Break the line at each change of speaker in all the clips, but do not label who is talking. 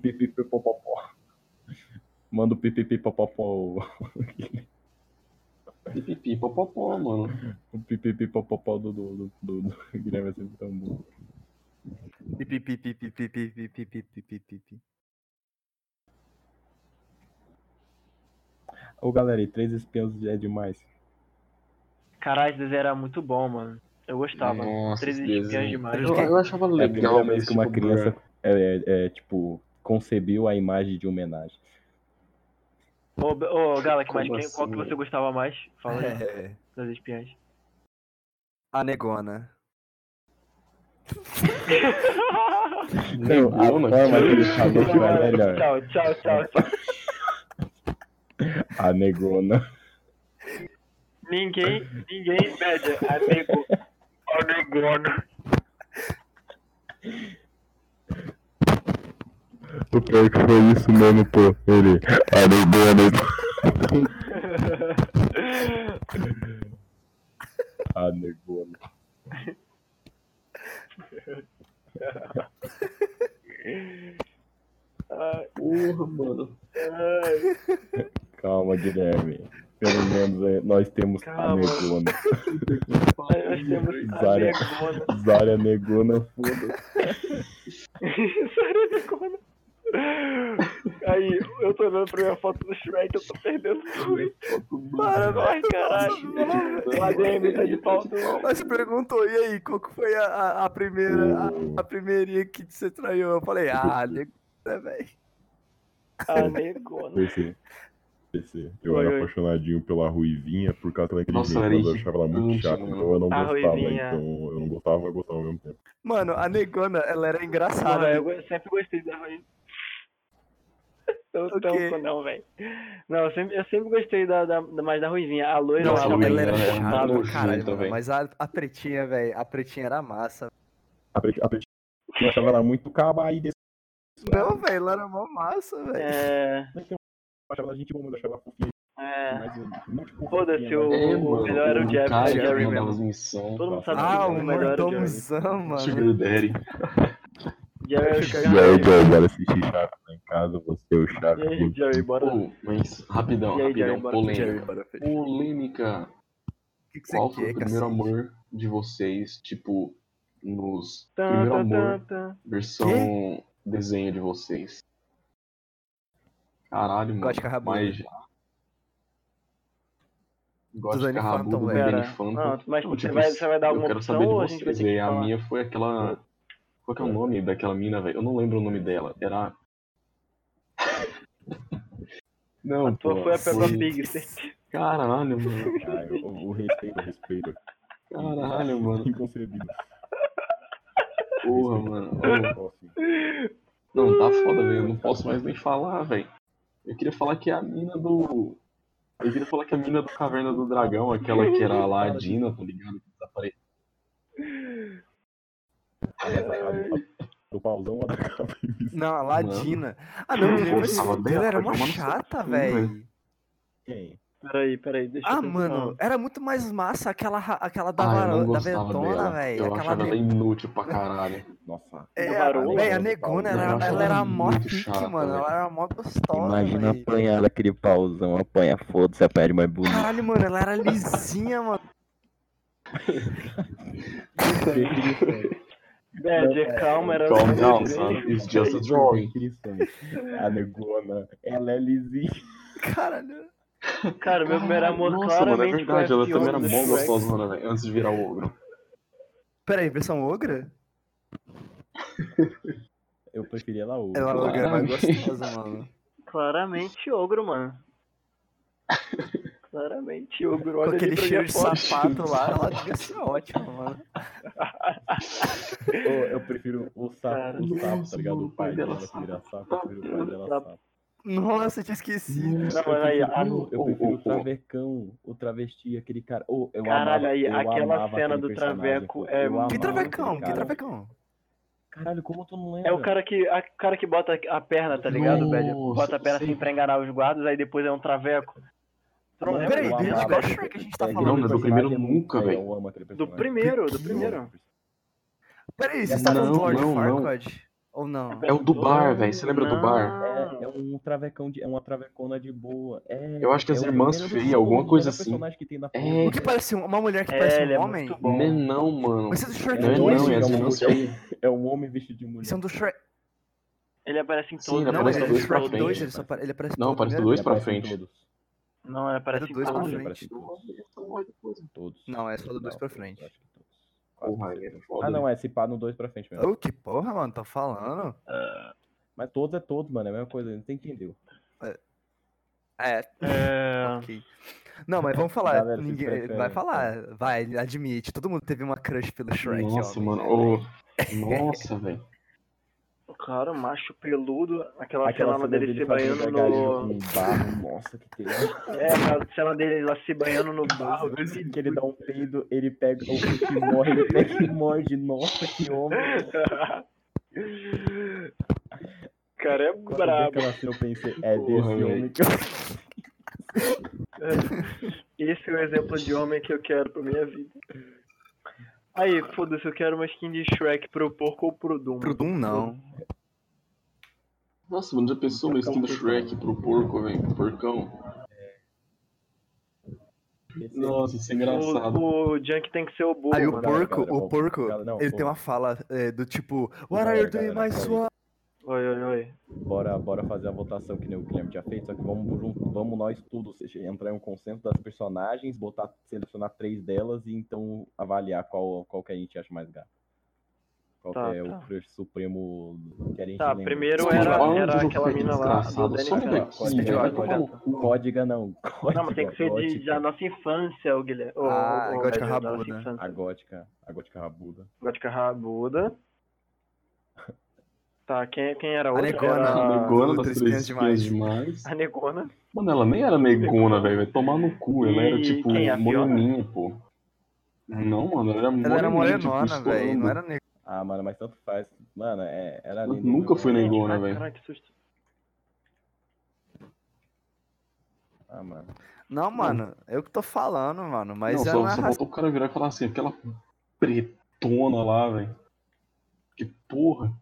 Pipipipopopó. Manda o pipipipopopó.
Pipipi, popopó, mano.
O pipipipopopó do, do, do, do, do Guilherme vai ser tão bom.
Pi, pi, pi, pi, pi, pi, pi, pi, pi, pi, pi, pi, pi, pi.
Ô galera, e três espiãos é demais.
Caralho, esse desenho era muito bom, mano. Eu gostava.
Nossa,
Três
esse
espiãs
desenho.
demais.
Eu, eu achava
É a
legal,
primeira vez
mas,
que uma
tipo,
criança
bruh.
é, é, é, tipo, concebeu a imagem de homenagem.
Ô, ô Gala, que mais,
Como
quem- qual que
assim?
você gostava mais? Fala aí,
É.
das espiãs.
A negona.
Não, a
Negona,
forma
tio.
que ele falou que era melhor.
tchau, tchau, tchau, tchau.
A negona.
Ninguém, ninguém média. Amigo. Ó, negona.
O pior que foi isso mesmo, pô. Ele. A negona. A negona.
Porra, mano.
Ai,
Calma, Guilherme. Pelo menos é, nós temos a
Calma.
negona.
Nós temos a
Zara. Zária
negona.
negona, foda.
Sério, negona. Aí, eu tô olhando pra minha foto do Shrek, eu tô perdendo tudo.
Tipo,
Para, vai, caralho. O ADM tá de pau duro.
Mas você perguntou, e aí, qual que foi a, a, a primeira, a, a primeirinha que você traiu? Eu falei, ah, a negona, velho.
A negona.
PC. PC. Eu
Oi,
era
oi.
apaixonadinho pela Ruivinha por causa daquele
Nossa,
jeito,
era
mas eu
isso.
achava ela muito
Hum,
chata,
mano.
então eu não
A
gostava.
Ruivinha.
Então eu não gostava, eu gostava ao mesmo tempo.
Mano, a negona, ela era engraçada.
Porra, é, eu sempre gostei da Ruivinha. Eu
O quê?
tampo, não, velho. Não, eu sempre, eu sempre gostei da, da, da- mais da Ruivinha. A loira é
Não,
lá,
Nossa,
ela,
Ruivinha,
ela era
né?
chata,
Nojenta,
caralho, mano,
velho.
mas a, a pretinha, velho, a pretinha era massa.
A Pet- a Pet- eu achava ela muito caba e desse-
Não, velho, ela era mó massa, velho.
É.
eu achava ela gente boa, mas eu achava ela fofinha.
É.
Mas, eu- não, tipo,
Foda-se,
fofinha,
o-
mas-
É,
o
mano.
melhor era o né? Jerry,
cara
Jerry
que
mesmo.
mandava as missões.
Todo mundo sabe
Ah,
que né?
o
o melhor era o Jerry.
mordomzão, mano.
Sugar Daddy.
Jerry,
Sugar
E aí,
Jerry,
Joe, bora assistir Chaves lá tá em casa, você, é o Chaves.
Jerry,
muito-
Jerry, bora.
Pô, mas rapidão,
E aí,
rapidão.
Jerry, bora,
polêmica.
Jerry, bora, filho.
Polêmica.
O que, que você
Qual foi
quer,
o primeiro
é cacete?
amor de vocês, tipo, nos.
Tan,
primeiro
tan,
amor,
tan, tan.
versão desenho de vocês. Caralho, mano.
Gótica Rabuda.
Mas já. Gótica
Danny
Rabuda
Phantom,
do
velho.
Danny
Pera,
Phantom.
não, mas
Não,
você,
tipo,
vai, você vai dar
eu
alguma
quero
opção
saber de
ou a gente vai
vocês.
ter que
velho. A
falar?
minha foi aquela. Qual que é o nome daquela mina, velho? Eu não lembro o nome dela. Era. Não,
A tua
pô,
foi a Peppa Pig, certeza.
Caralho, mano.
Ah, eu- o o respeito, o respeito.
Caralho, mano.
Inconcebível.
Porra, mano.
Olha o assim.
Não, tá foda, velho. Eu não posso mais nem falar, velho. Eu queria falar que é a mina do. Eu queria falar que é a mina do Caverna do Dragão, aquela que era lá a Dina, tá ligado? Que desapareceu.
É,
A- a- Do pauzão lá da cabeça.
Não, a Ladina. Ah,
Eu
não, me lembro
gostava
assim,
dela,
ela era
vai
uma
tomar no seu
chata,
cu,
velho.
velho.
Quem?
Peraí, peraí, deixa eu
Ah,
pensar.
mano, era muito mais massa aquela, ra- aquela da,
Ah, eu
varão-
não
da
gostava
Tá Ventona,
dela.
velho.
Eu
Aquela
achava ela inútil pra caralho.
Nossa.
É,
Da varoa,
velho, a
né?
negona
Eu
era,
achava
ela era
ela
mó
muito
pique,
chata,
mano. Ela
velho.
era mó gostosa.
Imagina
velho.
apanhar aquele pauzão, apanha, foda-se, apanha de mais bonito.
Caralho, mano, ela era lisinha, mano. é,
Badger, calma, era...
Calm down, son. It's just a drawing.
A negona, ela é lisinha.
Caralho.
Cara, meu primeiro amor
Nossa, mano, é
claramente foi a
verdade. Ela também
Fiona
era
do
mó
Shrek.
gostosona, velho. Antes de virar o ogro.
Pera aí, versão ogra?
Eu preferia ela hoje.
Ela É, ogra era mais
Claramente.
gostosa, mano.
Claramente ogro, mano. Claramente ogro.
Com
Olha
aquele
ali pra
é
cheiro de
minha foto.
sapato lá, ela devia ser ótima, mano.
Ou eu prefiro o sapo, o sapo, tá
Nossa,
ligado?
mano,
O pai
o pai
dela
dela
que vira sapo, eu prefiro o pai dela
é sapo.
sapo.
Nossa, eu tinha esquecido.
Não, mas aí, a-
Não, eu
Ô,
prefiro
ô,
o
ô.
travecão, o travesti, aquele cara. Ô, eu
Caralho,
amava-
aí,
eu
aquela
amava
cena
aquele
do
personagem,
traveco
pô.
é
Eu amava
Que
muito-
travecão, que
aquele cara.
travecão.
Caralho, como tu não lembra?
É o cara que, a, o cara que bota a perna, tá ligado,
Nossa,
velho? Bota a perna
sei.
assim pra enganar os guardas, aí depois é um traveco. Tu não
Mano,
lembra
Peraí,
eu
desse
de
amava
qual
cara?
aquele
Shrek a gente tá
personagem,
falando?
Não, mas do
aquele
primeiro
personagem é muito-
nunca,
é,
velho.
Eu amo aquele
Do
personagem.
primeiro, do
Que
primeiro.
Peraí, você tá
Não,
falando do Lord
não, não.
Farquaad? Ou não?
É o do bar, velho. Você lembra do bar?
Ah.
É, é um travecão de. É uma travecona de boa. É,
Eu acho que
é
as
o
irmãs
primeiro do
feias,
filme,
alguma
o primeiro
coisa assim.
personagem que tem na
É.
frente.
O que parece um- uma mulher que
É,
parece
ele é
um homem?
muito bom.
Não é não, mano.
Mas isso é do Shrek
Não é
dois,
não, é as
é um
irmãs
outro.
feias.
É um homem vestido de mulher.
Isso é um do Shrek.
Ele aparece em
Sim,
todos.
ele
Não,
aparece
mas é
do
do
dois pra
Shrek
frente.
2, ele só apare- ele aparece
Não,
no
aparece do dois
primeiro?
pra
Aparece em
frente.
Todos.
Ah, Não, ele aparece em
É dois pra
todos.
frente.
Aparece em todos. todos.
Não, é só do dois
Não,
pra
todos,
frente.
acho que todos. Quase
Porra,
todos.
é foda.
Ah, não, é esse pá no 2 pra frente mesmo.
Ô, que porra, mano, tá falando?
Mas todos é todos, mano. É a mesma coisa, não tem entendeu.
É,
É...
ok. Não, mas vamos falar.
Galera, vocês
ninguém
preferem,
vai falar. Vai, admite. Todo mundo teve uma crush pelo Shrek.
Nossa,
homem,
mano.
né?
ô, Nossa, velho.
Cara, macho peludo. Aquela,
Aquela
cena
cena
dele se
fazendo
banhando
gargarejo
no.
com um barro, Nossa, que tem.
É, aquela cena dele lá se banhando no barro.
que ele dá um peido, ele pega o que morre, ele pega e morde. Nossa, que homem.
Cara, é
Quando eu vi
brabo.
aquela cena, eu pensei, é desse
Porra, velho.
homem que eu...
um
Esse é o exemplo de homem que eu quero pra minha vida. Aí, foda-se, eu quero uma skin de Shrek pro porco ou pro Doom.
Pro Doom, não.
Nossa, mano, já pensou uma skin do Shrek pro porco, velho? Pro porcão?
Esse-
Nossa, isso é engraçado.
O, o Junk tem que ser o burro.
Aí o
mano.
galera,
porco,
galera,
o
vamos-
porco,
galera, não,
ele
vamos.
tem uma fala é, do tipo, What
Galera,
are you doing,
galera,
my
peraí.
swan?
Oi, oi, oi.
Bora, bora fazer a votação que nem o Guilherme tinha feito, só que vamos, jun- vamos nós tudo, ou seja, entrar em um consenso das personagens, botar, selecionar três delas e então avaliar qual, qual que a gente acha mais gato. Qual
Tá,
que é
tá.
o crush supremo que a gente
Tá,
lembra.
primeiro
Mano,
era,
um
olha
era
onde eu
aquela
fui,
mina lá, a
desgraçado.
Dani
Some
Gaga.
daqui,
Speed
velho, vai
Rock,
tomar no cu.
Códiga não, códiga.
Não, mas tem que ser de, da nossa infância, o Guilherme. O,
Ah,
o, o,
Gótica
da nossa
Rabuda.
A
infância.
gótica, a gótica rabuda.
Gótica Rabuda. Tá, quem, quem era a
A
outra?
Negona.
Era
A negona
tudo
das
três
três
espinhas
espinhas demais.
A Negona.
Mano, ela nem era negona, velho. Vai tomar no cu. Ela era
E
tipo
quem é a Fiona?
moreninha, pô. Não, mano, ela era
Ela era
moreninha, tipo,
morenona, velho, não
estourando.
era negro.
Ah, mano, mas tanto faz. Mano, é, era Ah,
Ela
ali. no-
nunca foi negona,
Ai,
né, velho.
Caralho, que susto.
Ah, mano.
Não, mano, eu que tô falando, mano,
Não,
mas
só,
ela
só
não é
faltou o cara virar e falar assim, aquela pretona lá, velho. Que porra.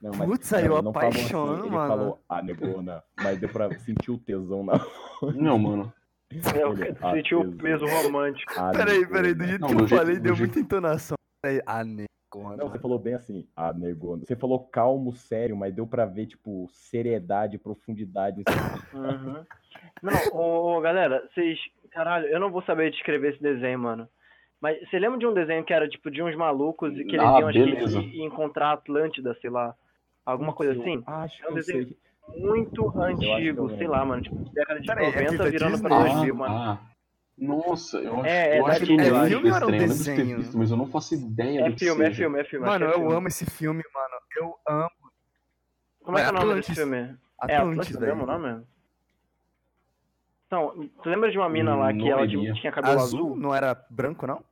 Não,
Putz, aí eu
ele não falou assim,
apaixono,
ele
mano.
falou a negona, mas deu pra sentir o tesão na
Não, mano.
É,
Olha, ah,
eu
ah,
senti
ateso.
o peso romântico.
a
Peraí, peraí,
negona.
do jeito
né? Não,
que
do
eu
jeito-
falei,
do
deu
jeito-
muita entonação. Peraí, ah, a negona.
Não, você falou bem assim, a negona. Você falou calmo, sério, mas deu pra ver, tipo, seriedade, profundidade. assim.
Uhum. Não, ô, ô, galera, vocês. Caralho, eu não vou saber descrever esse desenho, mano. Mas você lembra de um desenho que era tipo de uns malucos e que eles
Ah,
iam acho que,
beleza.
i- encontrar a Atlântida, sei lá. Alguma coisa
Eu
assim?
Acho
É um
que eu
desenho
sei.
Muito
que eu
antigo, sei
lembro.
lá, mano. Tipo, década de
Peraí, é
90
fita
virando pra
Disney?
2000, mano.
ah. Nossa, eu acho,
É, é
eu
da
acho que eu
Disney,
lembro
é
filme ou
desse
era um
trem, eu lembro de ter
desenho?
visto, mas eu não faço ideia
É
do que
filme, é
seja.
filme, é filme. acho
Mano,
que é
eu
filme.
amo esse filme, mano. Eu amo
Como é que é o nome
Atlantis.
desse filme? É
Atlantis,
Atlântida
velho.
mesmo, não é mesmo? Então, tu lembra de uma mina lá que
Não
ela
iria.
tipo, tinha cabelo
Azul não era branco, não?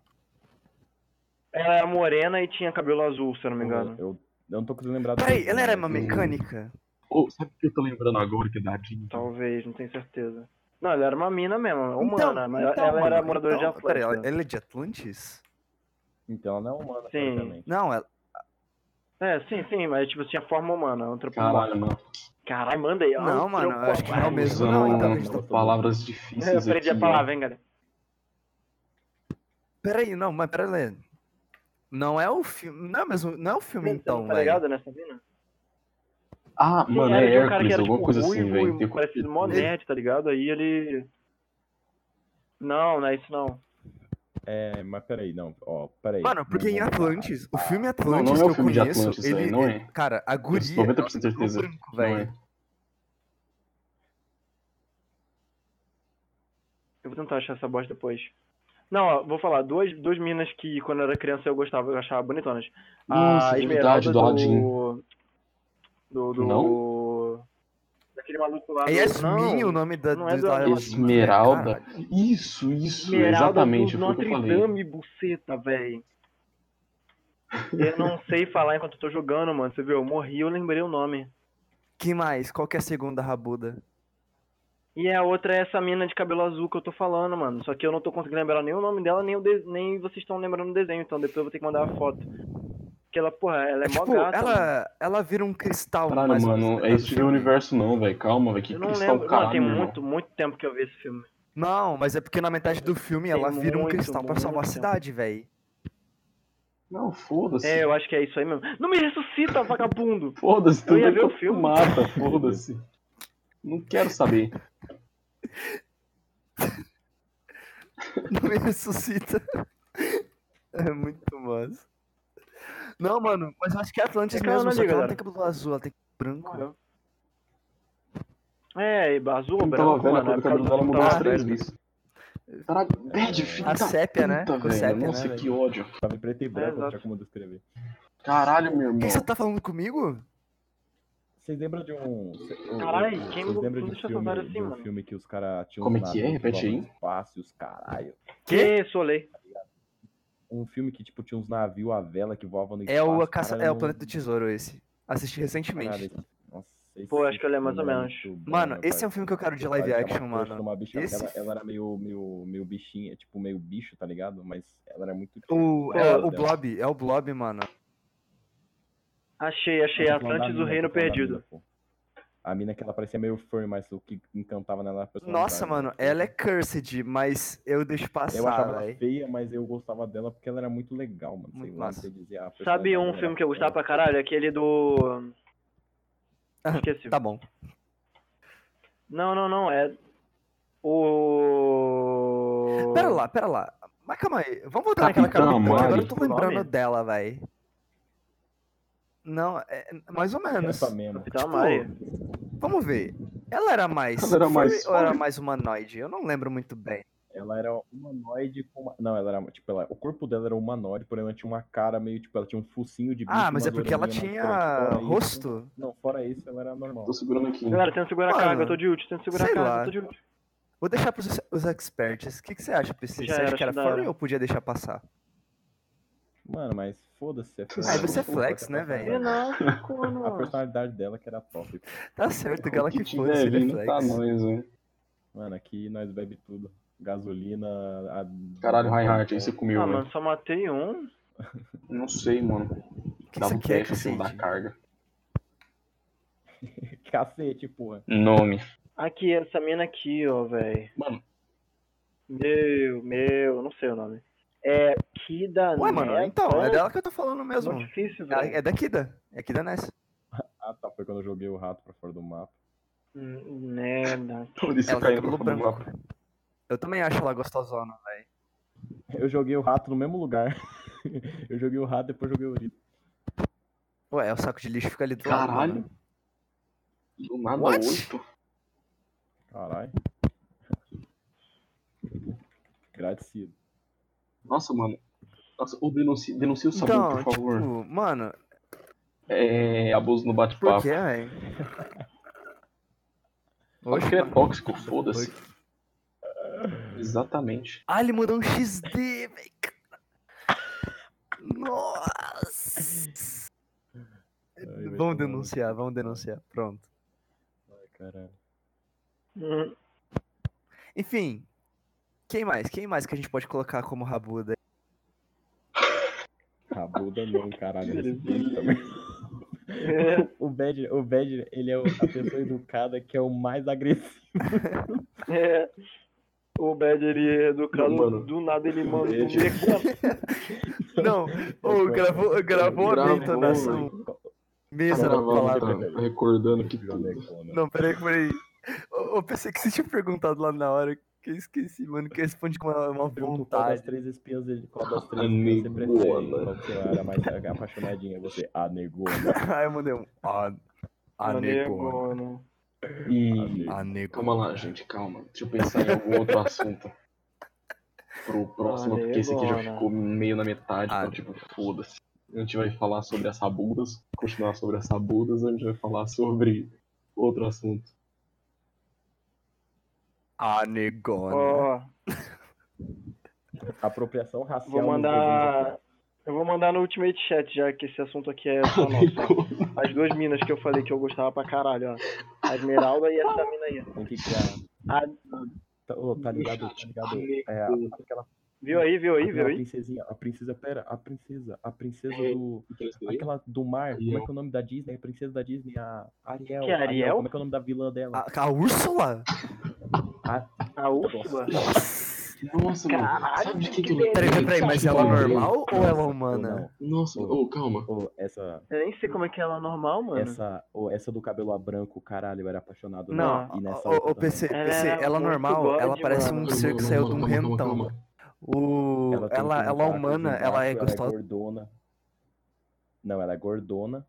Ela era morena e tinha cabelo azul, se eu não
Uhum.
me engano.
Eu, eu não tô conseguindo lembrar. do
Peraí,
desenho,
ela era
mas
uma
eu-
mecânica?
Ô, sabe o que eu tô lembrando agora que é da Disney?
Talvez, não tenho certeza. Não, ela era uma mina mesmo, humana,
Então,
mas ela-
então,
ela era
mano,
moradora
então,
de
Peraí, ela,
Atlântida.
ela é de Atlantis?
Então ela não é humana,
Sim.
praticamente.
Não, ela...
É, sim, sim, mas tipo, tinha forma humana, antropomorfa.
Caralho, mano.
Caralho, manda aí.
Não, mano, eu acho que não é o
antropomorfa.
mesmo, não, então, a gente tá-
palavras
Eu
difíceis
aprendi a
aqui,
palavra, hein, galera.
Peraí, não, mas peraí. Não é o filme. Não é mesmo. Não é o filme, então,
tá
velho.
ligado nessa mina?
Ah,
Sim,
mano,
era
é
de um cara
Hércules,
que era,
alguma
tipo,
coisa
ruivo,
assim, velho.
ruivo,
Tem
Parecido mó
certeza.
nerd, tá ligado? Aí ele... Não, não é isso não.
É, mas peraí, não. Ó, peraí.
Mano, porque é
Não
em
é.
vou botar.
Atlantis, o filme
Não,
Atlantis
não é o
que eu
filme de
conheço,
Atlantis,
ele,
velho, não é.
Cara, a guria.
90% de
ela é
certeza.
branco,
Não
velho.
é.
Eu vou tentar achar essa bosta depois. Não, ó, vou falar. Duas, duas minas que quando eu era criança eu gostava, eu achava bonitonas.
Nossa,
a
é
Esmeralda
verdade, do Aladdin.
do... Do, do... Daquele maluco lá.
É
do-
Yasmin
não,
o nome da.
não é
do-
do
da-
Aladdin.
Esmeralda.
Cara,
Isso, isso,
Esmeralda
exatamente.
do
Foi o que eu
Notre
falei.
Dame, buceta, véi. Eu não sei falar enquanto eu tô jogando, mano. Você viu? Eu morri, eu lembrei o nome.
Que mais? Qual que é a segunda rabuda?
E a outra é essa mina de cabelo azul que eu tô falando, mano. Só que eu não tô conseguindo lembrar nem o nome dela, nem, o de- nem vocês estão lembrando o desenho. Então depois eu vou ter que mandar a foto. Porque ela, porra, ela é mó
Tipo,
gata. mano.
ela, ela vira um cristal.
Caralho,
mais ou
mano,
menos,
é
né?
esse universo não, velho. Calma, velho. Que
tá Eu não
cristal
lembro. Mano,
caralho, né,
tem
irmão.
muito, muito tempo que eu vi esse filme.
Não, mas é porque na metade do filme ela
Tem
vira um
muito,
cristal pra
muito
salvar a
tempo.
cidade, velho.
Não, foda-se.
É, eu acho que é isso aí mesmo. Não me ressuscita, vagabundo!
Foda-se, tu
Eu ia
vai
ver o
tu
filme.
mata, foda-se. Não quero saber.
Não me ressuscita. É muito massa. Não, mano, mas eu acho que é Atlantis
É que ela
mesmo,
não
só que
liga,
ela não tem
galera.
cabelo azul, ela tem branco.
É, e azul ou
Então a
branco,
velha
mano.
cor
é
do cabelo
por causa
dela
do
mudou as
Tarantino.
três vezes. Caralho, bad, filho
A
da
sépia, né?
puta,
Com
velho.
sépia, né,
Nossa,
velho?
que ódio.
Tava em preto e branco, não
exato.
tinha como descrever.
Caralho, meu
O que
irmão.
você tá falando comigo?
Vocês lembram de um.
Caralho, quem
Vocês lembram
não
de um
deixa
filme,
essa vara assim,
de um
mano?
filme que os caras tinham
Como é
uns
que é?
navios
Repete
voavam
aí.
no Espaço, e os caralho.
Que? Solei.
Um filme que, tipo, tinha uns navios à vela que voavam no espaço.
É o, a caça,
cara,
é
eu
o
não-
Planeta do Tesouro esse. Assisti
Caralho,
recentemente.
esse- Nossa, esse
Pô, acho que eu lembro mais ou
filme é
menos.
muito bom,
Mano,
né,
esse é
velho?
um filme que eu quero de
Ela
live
tinha uma
action,
coxa
mano.
numa bicha-
Esse-
ela, ela era meio, meio, meio bichinha, tipo, meio bicho, tá ligado? Mas ela era muito. tipo,
O,
Pô,
é
dela.
o Blob, é o Blob, mano.
Achei, achei.
Eu tô falando da
Atlantis do
mina,
Reino
tô falando da
Perdido.
mina, pô. A mina que ela parecia meio furry, mas o que encantava nela era a personalidade.
Nossa, mano, ela é cursed, mas eu deixo
Eu achava
passar,
ela
velho.
feia, mas eu gostava dela porque ela era muito legal, mano. sei
Muito
lá, não
massa.
sei dizer. a
Sabe
personalidade
um
dela
filme
era
que eu gostava
foda.
pra caralho? Aquele do. Esqueci.
Tá bom.
Não, não, não. É. O.
Pera lá, pera lá. Mas calma aí, vamos voltar naquela
Capitão
capitã, que agora
Mari.
eu tô
Nome?
lembrando dela, velho. Não, é mais ou menos.
Essa mesmo.
Capitão
Tipo,
Maria.
Vamos ver. Ela era mais.
Ela era
furry
mais
ou era
furry?
mais humanoide? Eu não lembro muito bem.
Ela era humanoide com uma... Não, ela era, tipo, ela... o corpo dela era humanoide, porém ela tinha uma cara meio, tipo, ela tinha um focinho de bicho.
Ah, mas é
umas
porque ela
orelhinhas
tinha
mais grandes. Fora isso-
rosto.
Não, fora isso, ela era normal.
Tô segurando aqui.
Galera, tenta segurar a
Mano,
carga, eu tô de ult, tenta segurar a
sei
carga,
lá.
eu tô de ult.
Vou deixar pros os experts. O que, que você acha, PC?
Já
Você
era,
acha que era
acho da
furry
hora.
ou podia deixar passar?
Mano, mas foda-se. É
Ah,
foda-se,
você é
foda-se a
flex, né, velho?
Ele
personalidade.
não,
A
corno.
personalidade dela que era top.
Tá certo,
O
Gala
que
que foda-se,
tiver
ele é
vindo tá
flex.
nós, velho.
Mano, aqui nós bebe tudo. Gasolina. a-
Caralho, Reinhardt, aí você comeu,
Ah,
velho.
mano, só matei um.
Não sei, mano.
que
Dava
isso
um
aqui é,
teste assim da
cacete?
carga.
Cacete, porra.
Nome.
Aqui, essa mina aqui, ó, velho.
Mano.
Meu, meu, não sei o nome. É, Kida
Ué, mano,
Neta.
então, é dela que eu tô falando
Mó
mesmo.
difícil,
Ela-
velho.
É daqui da Kida. É aqui da Ness.
Ah, tá. Foi quando eu joguei o rato pra fora do mapa.
Hum, Nena.
Por isso
Ela tem
caiu no fundo
cabelo
do
branco.
mapa.
Eu também acho ela gostosona.
Eu joguei o rato no mesmo lugar. eu joguei o rato, depois joguei o Urito.
Ué, é o saco de lixo fica ali do lado,
Caralho.
mano.
Do nada,
What?
oito.
Caralho. Gratecido.
Nossa, mano. Nossa, ô, denuncia, denuncia o sabor,
Então,
por favor.
tipo, mano,
É abuso no
por
bate-papo.
que, velho?
Acho
Oxe,
que ele é
mano.
tóxico, foda-se. Exatamente.
Ah, ele mandou um XD, velho. Nossa. É
Ai, vai tomar
Vamos
no
denunciar,
cu.
vamos denunciar. Pronto.
Ai, caralho.
Hum,
Enfim. Quem mais? Quem mais que a gente pode colocar como rabuda?
Rabuda não, caralho.
Cara,
respeito também.
é,
O Bad, o Bad, ele é o- a pessoa educada que é o mais agressivo.
é. O Bad, ele é educado,
Não, mano.
do nada ele manda um
Bad.
negócio.
Não, ô,
Tipo,
gravou,
é,
gravou a
é.
minha
Gravou,
entonação.
né?
Tá
Mesa na
gravando,
palavra.
tá recordando que
é
Não, peraí, peraí. Eu, eu pensei que você tinha perguntado lá na hora, que eu esqueci, mano, que responde com uma, uma
Pergunto qual das
vontade.
três espias ele. Qual das três
A
espias você prefere?
negona.
Qual que você era mais apaixonadinha? Você, a negona.
Aí eu mandei um. A, a negona.
Negona.
A
E...
negona.
A negona.
Calma lá, gente, calma. Deixa eu pensar em algum outro assunto. Pro próximo,
Olha,
porque esse aqui já
agora.
ficou meio na metade,
Ah.
então, tipo, foda-se. A gente vai falar sobre as sabudas, continuar sobre as sabudas, a gente vai falar sobre outro assunto.
A negona.
Ó,
Apropriação racial.
vou
nos desenhos
mandar. Eu vou mandar no Ultimate Chat, já que esse assunto aqui é só nosso. As duas minas que eu falei que eu gostava pra caralho, ó. A Esmeralda e essa mina aí.
Ah, aqui. Tem que criar.
A-
Tá, ô, tá ligado? Tá ligado? tá É, aquela,
Viu aí, viu aí, viu
a
aí?
princesinha, a princesa, pera, a princesa, a princesa
É.
do.
O que eles queriam?
Aquela do mar,
Ariel.
como é que é o nome da Disney? A princesa da Disney, a Ariel.
Que é Ariel?
Como é que é o nome da vilã dela?
A, a Úrsula?
tá
A Úrsula.
Nossa, mano.
Caralho,
Sabe de que,
que
que eu lembrei?
Peraí, peraí, peraí, mas ela é
Sabe de que eu
normal ou ela é humana?
Não,
Nossa, ô, calma.
ou essa,
Eu nem sei como é que ela é normal, mano.
essa, ou essa do cabelo a branco, caralho, eu era apaixonado.
Não,
nela, e nessa
Ô, ô,
outra
PC,
Ela
PC,
era
ela
muito
normal, ela
God,
parece
mano.
um
Calma,
ser que
calma,
saiu de um
calma, calma,
rentão.
calma. um
O...
também. tem um
Ela,
os
ela é
tentáculos
humana,
embaixo,
ela é
Ela
gostosa.
é gordona. Não, ela é gordona,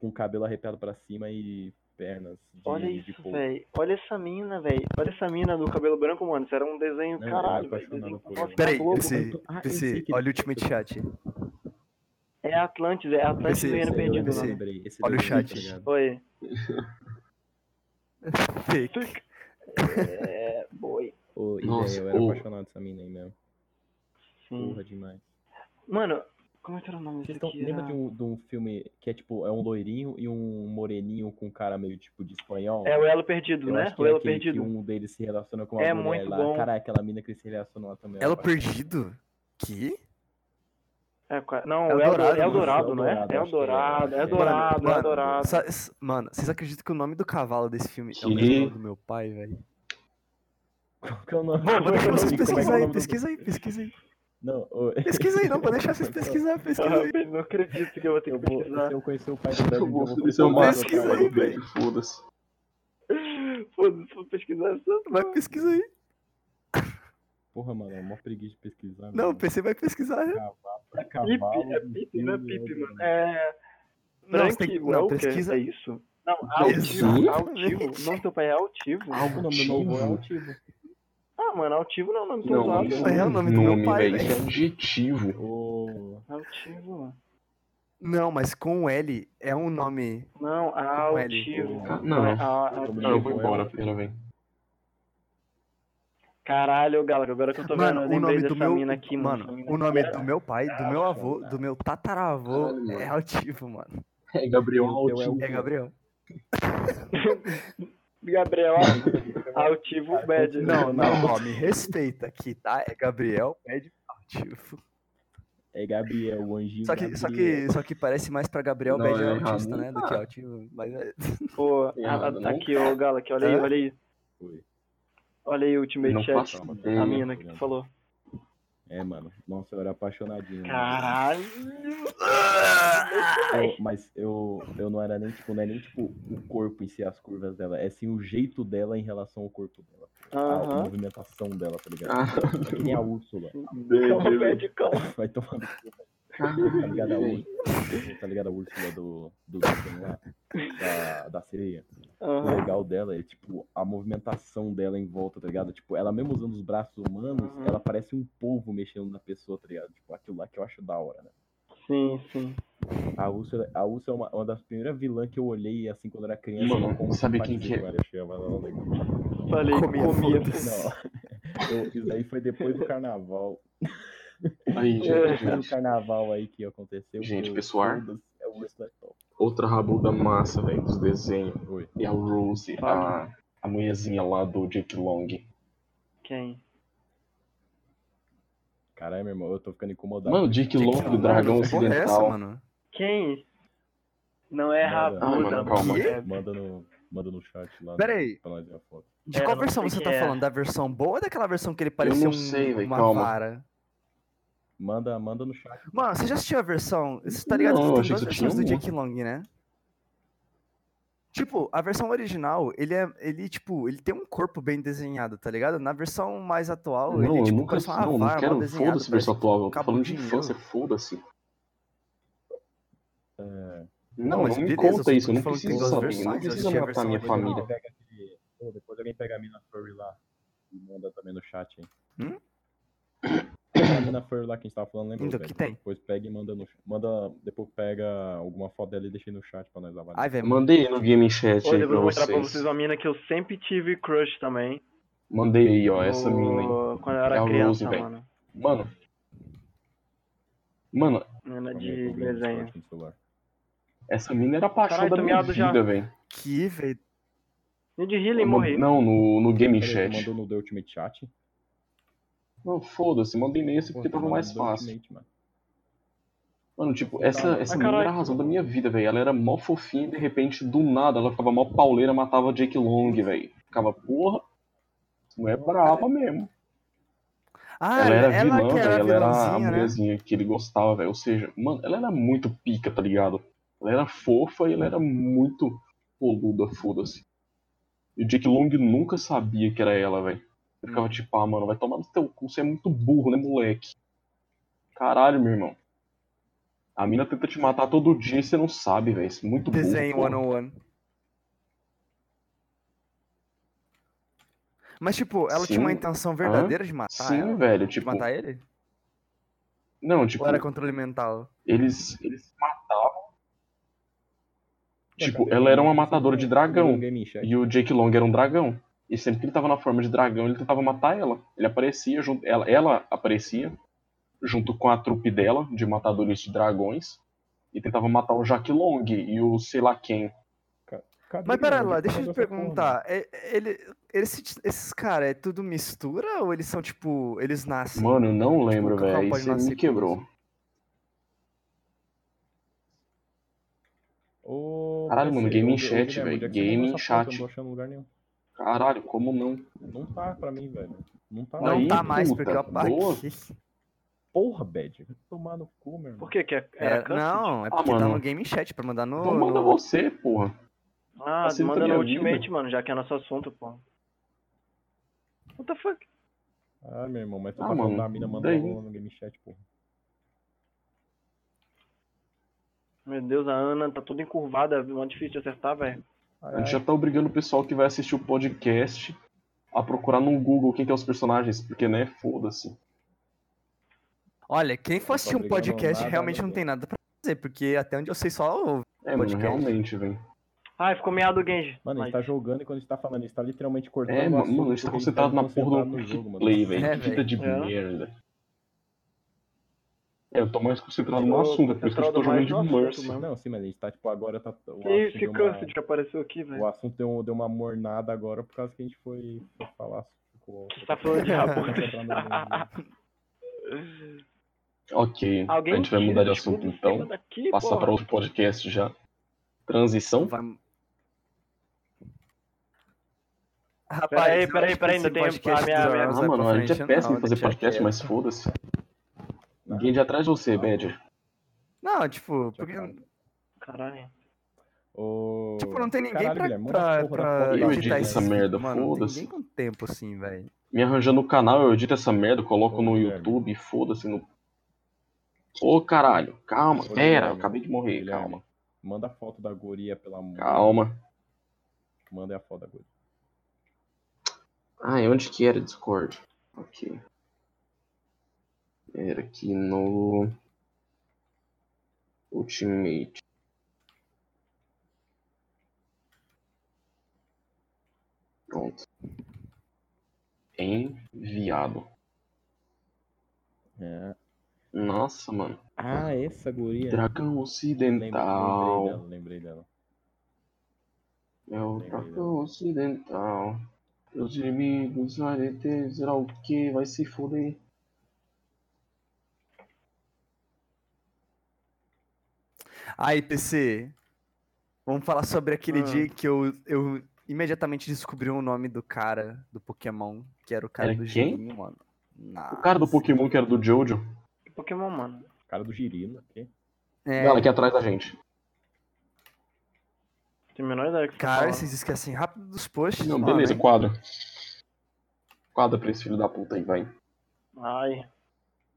com cabelo arrepiado pra cima e pernas de,
Olha
de
isso,
polvo.
velho. Olha essa mina, velho. Olha essa mina do cabelo branco, mano. Isso era um desenho,
Não, eu
caralho.
tô
velho.
apaixonado
Desenho
por
nossa, tá
ela.
da
Peraí,
Globo.
PC,
Ah, eu sei
PC,
que-
olha o Ultimate Chat.
É Atlantis, é Atlantis
Esse-
do
Esse
Reino
eu
Perdido,
esse-
mano.
lembrei, esse
Olha o
eu lembrei,
chat.
tá ligado?
Oi.
Fake.
É, boi.
Ô, ideia,
Nossa,
eu era
ô.
apaixonado dessa mina aí mesmo.
Sim.
Porra demais.
Mano, como é que era o nome
Vocês
desse
tão,
aqui?
lembra de
Era-
um, de um filme que é tipo, é um loirinho e um moreninho com um cara meio tipo de espanhol?
É o Elo Perdido,
Eu
né?
acho que
O
é
Elo
aquele que
Perdido.
um deles se relaciona com uma
É
mulher
muito
lá.
bom.
Cara, aquela mina que ele se relaciona lá também.
Ela
rapaz.
perdido? Que?
É, qua- não,
É
é
o
o
Dourado,
Eldorado, é o
mano.
É
Dourado,
o
não é?
Dourado,
É o
acho que é.
Dourado, é
É.
o Dourado, é o
Mano,
Dourado.
Sa- s- Mano, vocês acreditam que o nome do cavalo desse filme é o
Que?
mesmo do meu pai, velho?
Qual que é o nome?
Vou deixar vocês
Como é que é o
pesquisar
nome
aí,
do-
pesquisa aí, pesquisa aí.
Não, ô,
Pesquisa aí, não, vou deixar vocês pesquisar, pesquisa aí.
Ah, não acredito que eu vou ter
eu
que
vou,
pesquisar.
se eu conhecer o pai do David, Tá eu vou
Esse é
pesquisar.
o Marcos.
Pesquisa aí,
cara,
velho.
Foda-se.
Foda-se, vou pesquisar essa.
Vai pesquisar aí.
Porra, mano, é mó preguiça de pesquisar.
Não, o
mano.
PC vai pesquisar.
Cavalo, pra
Pipe,
cavalo. né?
é Pipe, não é
sim,
Pipe,
velho.
mano. É.
Não,
Frank
você tem que- não,
Walker,
pesquisa-
É isso? Não, altivo,
Pesquisa.
altivo. O nome do teu pai é altivo?
Ah, o nome do meu avô é altivo.
Ah, mano, altivo não é o nome do teu
Não,
pai.
mano, isso
mano.
É o nome do meu pai,
velho.
velho.
Isso é adjetivo.
Ô,
É Altivo, mano.
Não, mas com o L é um nome.
Não,
Com L.
altivo.
Ah, Não,
É, a- a-
não, eu vou embora, pera, velho.
Caralho, Galaga, agora que eu tô vendo,
Mano,
eu
o
lembrei
nome do
dessa
meu.
mina aqui, mano.
mano,
essa mina
o
aqui
nome é
era-
do meu pai, do meu avô, do meu tataravô
Caralho, mano.
é altivo, mano.
É Gabriel
O teu é
Altivo.
o-
É Gabriel?
Gabriel, altivo, bad.
Não, não, ó, me respeita aqui, tá? É Gabriel, pede altivo.
é Gabriel, o anjinho.
Só que, só
Gabriel.
que, só que parece mais pra Gabriel
Não,
Bad
é
autista,
errado.
né? Do que altivo. Mas é-
Pô, a-
Errado,
a-
não? É?
aqui, ô Gala, aqui, olha aí,
Hã?
olha aí.
Foi.
Olha aí o
Não
Ultimate Chat.
faço
A
ideia.
mina que tu falou.
É, mano. Nossa, eu era apaixonadinho. mano.
Caralho.
Eu- mas eu, eu não era nem, tipo, não é nem tipo o corpo em si, as curvas dela. É sim o jeito dela em relação ao corpo dela. A,
Aham.
movimentação dela, tá ligado?
Ah,
É que nem a Úrsula.
Calma,
velho.
pede calma.
Vai tomar no cu, velho. Tá ligado a Úrsula? Tá ligado a Úrsula do, do desenho lá? Da, da sereia. O
Aham.
legal dela é, tipo, a movimentação dela em volta, tá ligado? Tipo, ela mesmo usando os braços humanos,
Uhum.
ela parece um polvo mexendo na pessoa, tá ligado? Tipo, aquilo lá que eu acho da hora, né?
Sim, sim.
A Úrsula, a Úrsula é uma, uma das primeiras vilãs que eu olhei, assim, quando era criança.
Mano,
eu
não sabia quem
compactei,
que é.
cara, eu achava ela legal.
Falei,
Comia,
comia.
Não, eu- isso daí foi depois do carnaval.
Aí, gente,
Foi
É.
gente.
o carnaval aí que aconteceu.
Gente,
que eu-
pessoal.
todas- é o Úrsula é top.
Outra rabuda massa, velho, dos desenhos.
Oi.
E a Rose, a, a mulherzinha lá do Jake Long.
Quem?
Caralho, meu irmão, eu tô ficando incomodado.
Mano, Jake Long do Dragão
Que porra é essa,
Ocidental.
mano?
Quem? Não é
Nada.
rabuda,
Ah, mano, calma.
é-
Manda no, manda no chat lá.
Pera
né,
aí.
Pra nós ver a foto.
De
É,
qual
não
versão
sei
você
que
tá
é.
falando? Da versão boa ou daquela versão que ele parecia
não sei,
um-
véi,
uma
calma.
vara?
Manda, manda no chat.
Mano, você já assistiu a versão? Você tá ligado
Não, eu
que tem
achei
duas
que só
versões do
tinha uma.
Jake Long, né? Tipo, a versão original, ele é. Ele, tipo, ele tem um corpo bem desenhado, tá ligado? Na versão mais atual,
Não,
ele,
eu
tipo,
nunca.
parece uma
Não,
vara
não
mal
quero. um
desenhada,
Foda-se versão
parece-
atual. Eu tô
cabo
falando
de
de
dinheiro.
infância, foda-se.
É,
Não,
Não,
não,
mas
me
beleza, eu
conta
só
isso,
tô
eu não
falando que tem
preciso
duas
saber, eu
versões,
não
eu
preciso
assisti a
matar
versão
minha
original.
família.
Pega aquele- Pô, depois alguém pega a mina furry lá e manda também no chat aí.
Hum?
Pega a mina furry lá que a gente tava falando, lembra?
Então,
velho?
que tem?
Depois pega e manda no manda Depois pega alguma foto dela e deixa aí no chat pra nós avaliar.
Ai, velho,
Mandei aí no Game Chat
Olha,
aí
eu vou mostrar
pra
pra vocês
vocês.
uma mina que eu sempre tive crush também.
Mandei aí, ó, essa
Ô,
mina aí.
Quando eu
É
era
a Rose,
criança,
velho.
mano.
Mano. Mano,
Mina
Calma aí,
de
é
eu tô vendo o
desenho.
chat no celular.
essa mina era a paixão
Caralho,
da
tô
minha
miado já.
vida, velho.
que, velho.
Mina de Healy
Mano,
morri.
Não, no, no Game
Peraí, tu
Chat.
mandou no The Ultimate Chat?
Não, foda-se, mandei nesse porque tava tá mais
tá
fácil. Mano, tipo, essa, essa
Ah,
menina
caralho.
era a razão da minha vida, velho. Ela era mó fofinha e de repente, do nada, ela ficava mó pauleira, matava Jake Long, velho. Ficava, porra, não é brava mesmo.
Ah,
Ela era vilã,
que era
velho. Ela era a
vilãzinha, né?
mulherzinha que ele gostava, velho. Ou seja, mano, ela era muito pica, tá ligado? Ela era fofa e ela era muito poluda, foda-se. E o Jake Long nunca sabia que era ela, velho. Eu
Uhum.
ficava tipo, ah, mano, vai tomar no teu cu, você é muito burro, né, moleque? Caralho, meu irmão. A mina tenta te matar todo dia e você não sabe, velho. Isso é muito burro.
Desenho
pô.
101. Mas, tipo, ela tinha uma
Sim.
intenção verdadeira de matar
Sim,
ela?
velho,
De
tipo.
é. matar ele?
Não, tipo,
Ou era controle mental?
eles, eles se matavam. Tipo, ela era uma matadora de dragão. E o Jake Long era um dragão. E sempre que ele tava na forma de dragão, ele tentava matar ela. Ele aparecia junto. Ela, ela aparecia junto com a trupe dela, de matadores de dragões. E tentava matar o Jack Long e o sei lá quem.
Mas pera lá, deixa eu te perguntar. é- é- Ele, esses, esses caras, é tudo mistura ou eles são, tipo, eles nascem?
Mano, eu não lembro,
Cacau
velho.
pode
Você
nascer
me
com
quebrou. Caralho, mano, game in chat,
é
velho, game in chat.
Não tô achando lugar nenhum.
Caralho, como não?
Não tá pra mim, velho. Não tá.
Não
Aí,
Aí,
tá mais,
puta,
porque eu
boa.
apaguei.
porra, Bad. Vai Tomar no cu, meu irmão.
Por que que é?
Era-
Era câncer?
não, é
Ah,
porque tá
mano. Então
no Game Chat, pra mandar no...
Vou mandar
no-
você, porra.
Ah,
Facilita
manda no
minha vida.
Ultimate, mano, já que é nosso assunto, pô. What the fuck?
Ah, meu irmão, mas tu
Ah,
tá falando
mano,
da mina mandando
daí-
rola no game chat, porra.
Meu Deus, a Ana tá toda encurvada, viu? Mó difícil de acertar, velho.
Ai,
A gente
ai.
já tá obrigando o pessoal que vai assistir o podcast a procurar no Google quem que é os personagens, porque, né, foda-se.
Olha, quem for
Não tô
Tá
assistir um
obrigando
podcast
nada,
realmente
né?
não
nada.
tem nada pra fazer, porque até onde eu sei só ouve.
É, mano,
Podcast.
realmente, velho.
Ai, ficou meado o Genji.
Mano, a gente
Mas-
tá jogando e quando a gente tá falando, a gente tá literalmente cortando
É,
o
mano,
assunto
mano, a gente tá
porque
concentrado na porra
concentrado
do
no jogo, mano.
play, velho.
É,
que vida de
velho. É.
merda. É, eu tô mais concentrado
Eu
no
tô
assunto, é por isso que eu tô
concentrado mais
jogando
no
de
assunto
Mercy.
mesmo.
Não, sim, mas a gente tá, tipo, agora tá... o
assim
Que isso,
assunto
esse
deu uma-
câncer que apareceu aqui, velho.
O assunto deu, deu uma mornada agora por causa que a gente foi foi falar. Ficou...
Você tá falando de aborto.
Ok,
Alguém
a gente vai
tira
mudar de
esse
assunto
escudo de cima
então.
Daqui,
Passar
porra.
pra outro podcast já. Transição?
Vai...
Peraí,
eu
peraí,
acho que
peraí,
esse
ainda tem
podcast
a minha-
dos
Ah,
minha-
Horas vai pra
mano, a gente
frente,
é
não,
péssimo em fazer
deixa
podcast,
quieto.
mas foda-se.
Não.
Ninguém de atrás de você, Badger.
Não, tipo, porque...
Caralho.
Ô,
Tipo, não tem ninguém
Caralho,
pra,
Guilherme, manda
pra,
a porra da
pra
foto
Eu
lá.
edito
editar
essa
esse-
merda,
Mano, não tem
foda-se.
ninguém com tempo assim, velho.
Me arranjando o canal, eu edito essa merda, coloco
Ô,
no
Guilherme.
YouTube, foda-se. No... Ô caralho, calma,
Ô,
pera, eu
Guilherme.
acabei de morrer,
Guilherme.
calma.
Manda a foto da guria, pelo amor.
Calma.
Manda a foto da guria.
Ah, e onde que era Discord? Ok. Era aqui no. Ultimate. Pronto. Enviado.
É.
Nossa, mano.
Ah, essa guria.
Dragão
Lembrei,
Ocidental.
lembrei dela, lembrei dela.
É o
Lembrei
dragão
né?
dela.
ocidental. Os inimigos vai deter, será o que? Vai se foder.
Aí, PC, vamos falar sobre aquele
Ah.
dia que eu, eu imediatamente descobri o nome do cara do Pokémon, que era o cara
Era
do
quem?
joguinho, mano. Ah,
O cara do Pokémon que era do Jojo,
Que Pokémon, mano.
Cara do girino aqui.
É,
ela aqui atrás da gente.
Tem a menor ideia do que você
cara,
fala.
vocês esquecem rápido dos posts,
Não,
mano,
beleza,
hein?
quadra. Quadra pra esse filho da puta aí, vai.
Ai.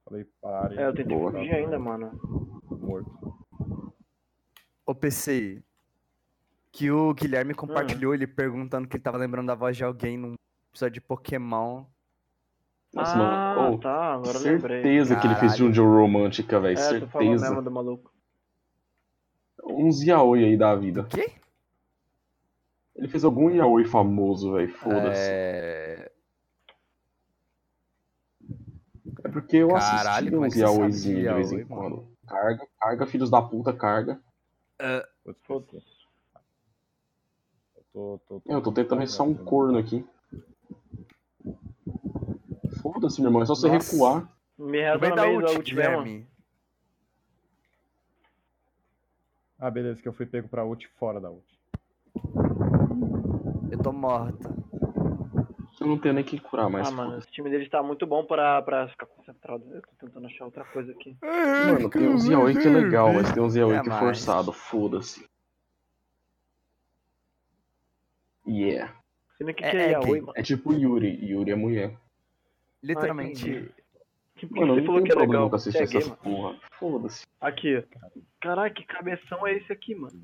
Falei, pare.
É, eu tentei
Boa.
fugir ainda, mano.
Morto.
o PCI. Que o
Ah.
Guilherme compartilhou ele perguntando que ele tava lembrando da voz de alguém num episódio de Pokémon.
Nossa,
ah,
mano. Oh,
tá, agora eu lembrei.
certeza que ele fez
Caralho.
Jojo romântica, velho.
É, tu falou mesmo
certeza. É
do maluco.
Uns yaoi aí da
Do
vida.
quê?
Ele fez algum yaoi famoso, velho. Foda-se. É...
É...
É porque eu
Caralho,
assisti
como é
uns
que você sabe de
yaoizinhos de vez em
yaoi, mano?
quando. Carga, carga, filhos da puta, carga.
Eu esqueci.
Foda-se.
Eu tô, tô,
É, um Eu tô tentando ser só um corno aqui. Foda-se, meu irmão. É só você
Nossa.
recuar.
Me
No
reza
meio da
na mesa É a
ult,
última, mano.
Guilherme.
Ah, beleza, que eu fui pego pra ult fora da ult.
Eu tô morta.
Eu não tenho nem que curar mais.
Ah, mano, esse time deles tá muito bom pra, pra ficar concentrado. Eu tô tentando achar outra coisa aqui.
Mano, tem um Ziaoi que é
Uhum.
legal, mas tem um Ziaoi
É
que é
mais.
forçado. Foda-se. Yeah.
Sendo que
É,
que
é
é Yaoi,
gay.
mano.
É tipo Yuri. Yuri é mulher.
Uhum.
Literalmente,
Que porra
Mano,
você
eu não
falou que
tenho
é
problema
legal.
com
Você
assistir
é gay,
essas
mano.
porra. Foda-se.
Ah, Aqui. Caraca, que cabeção é esse aqui, mano?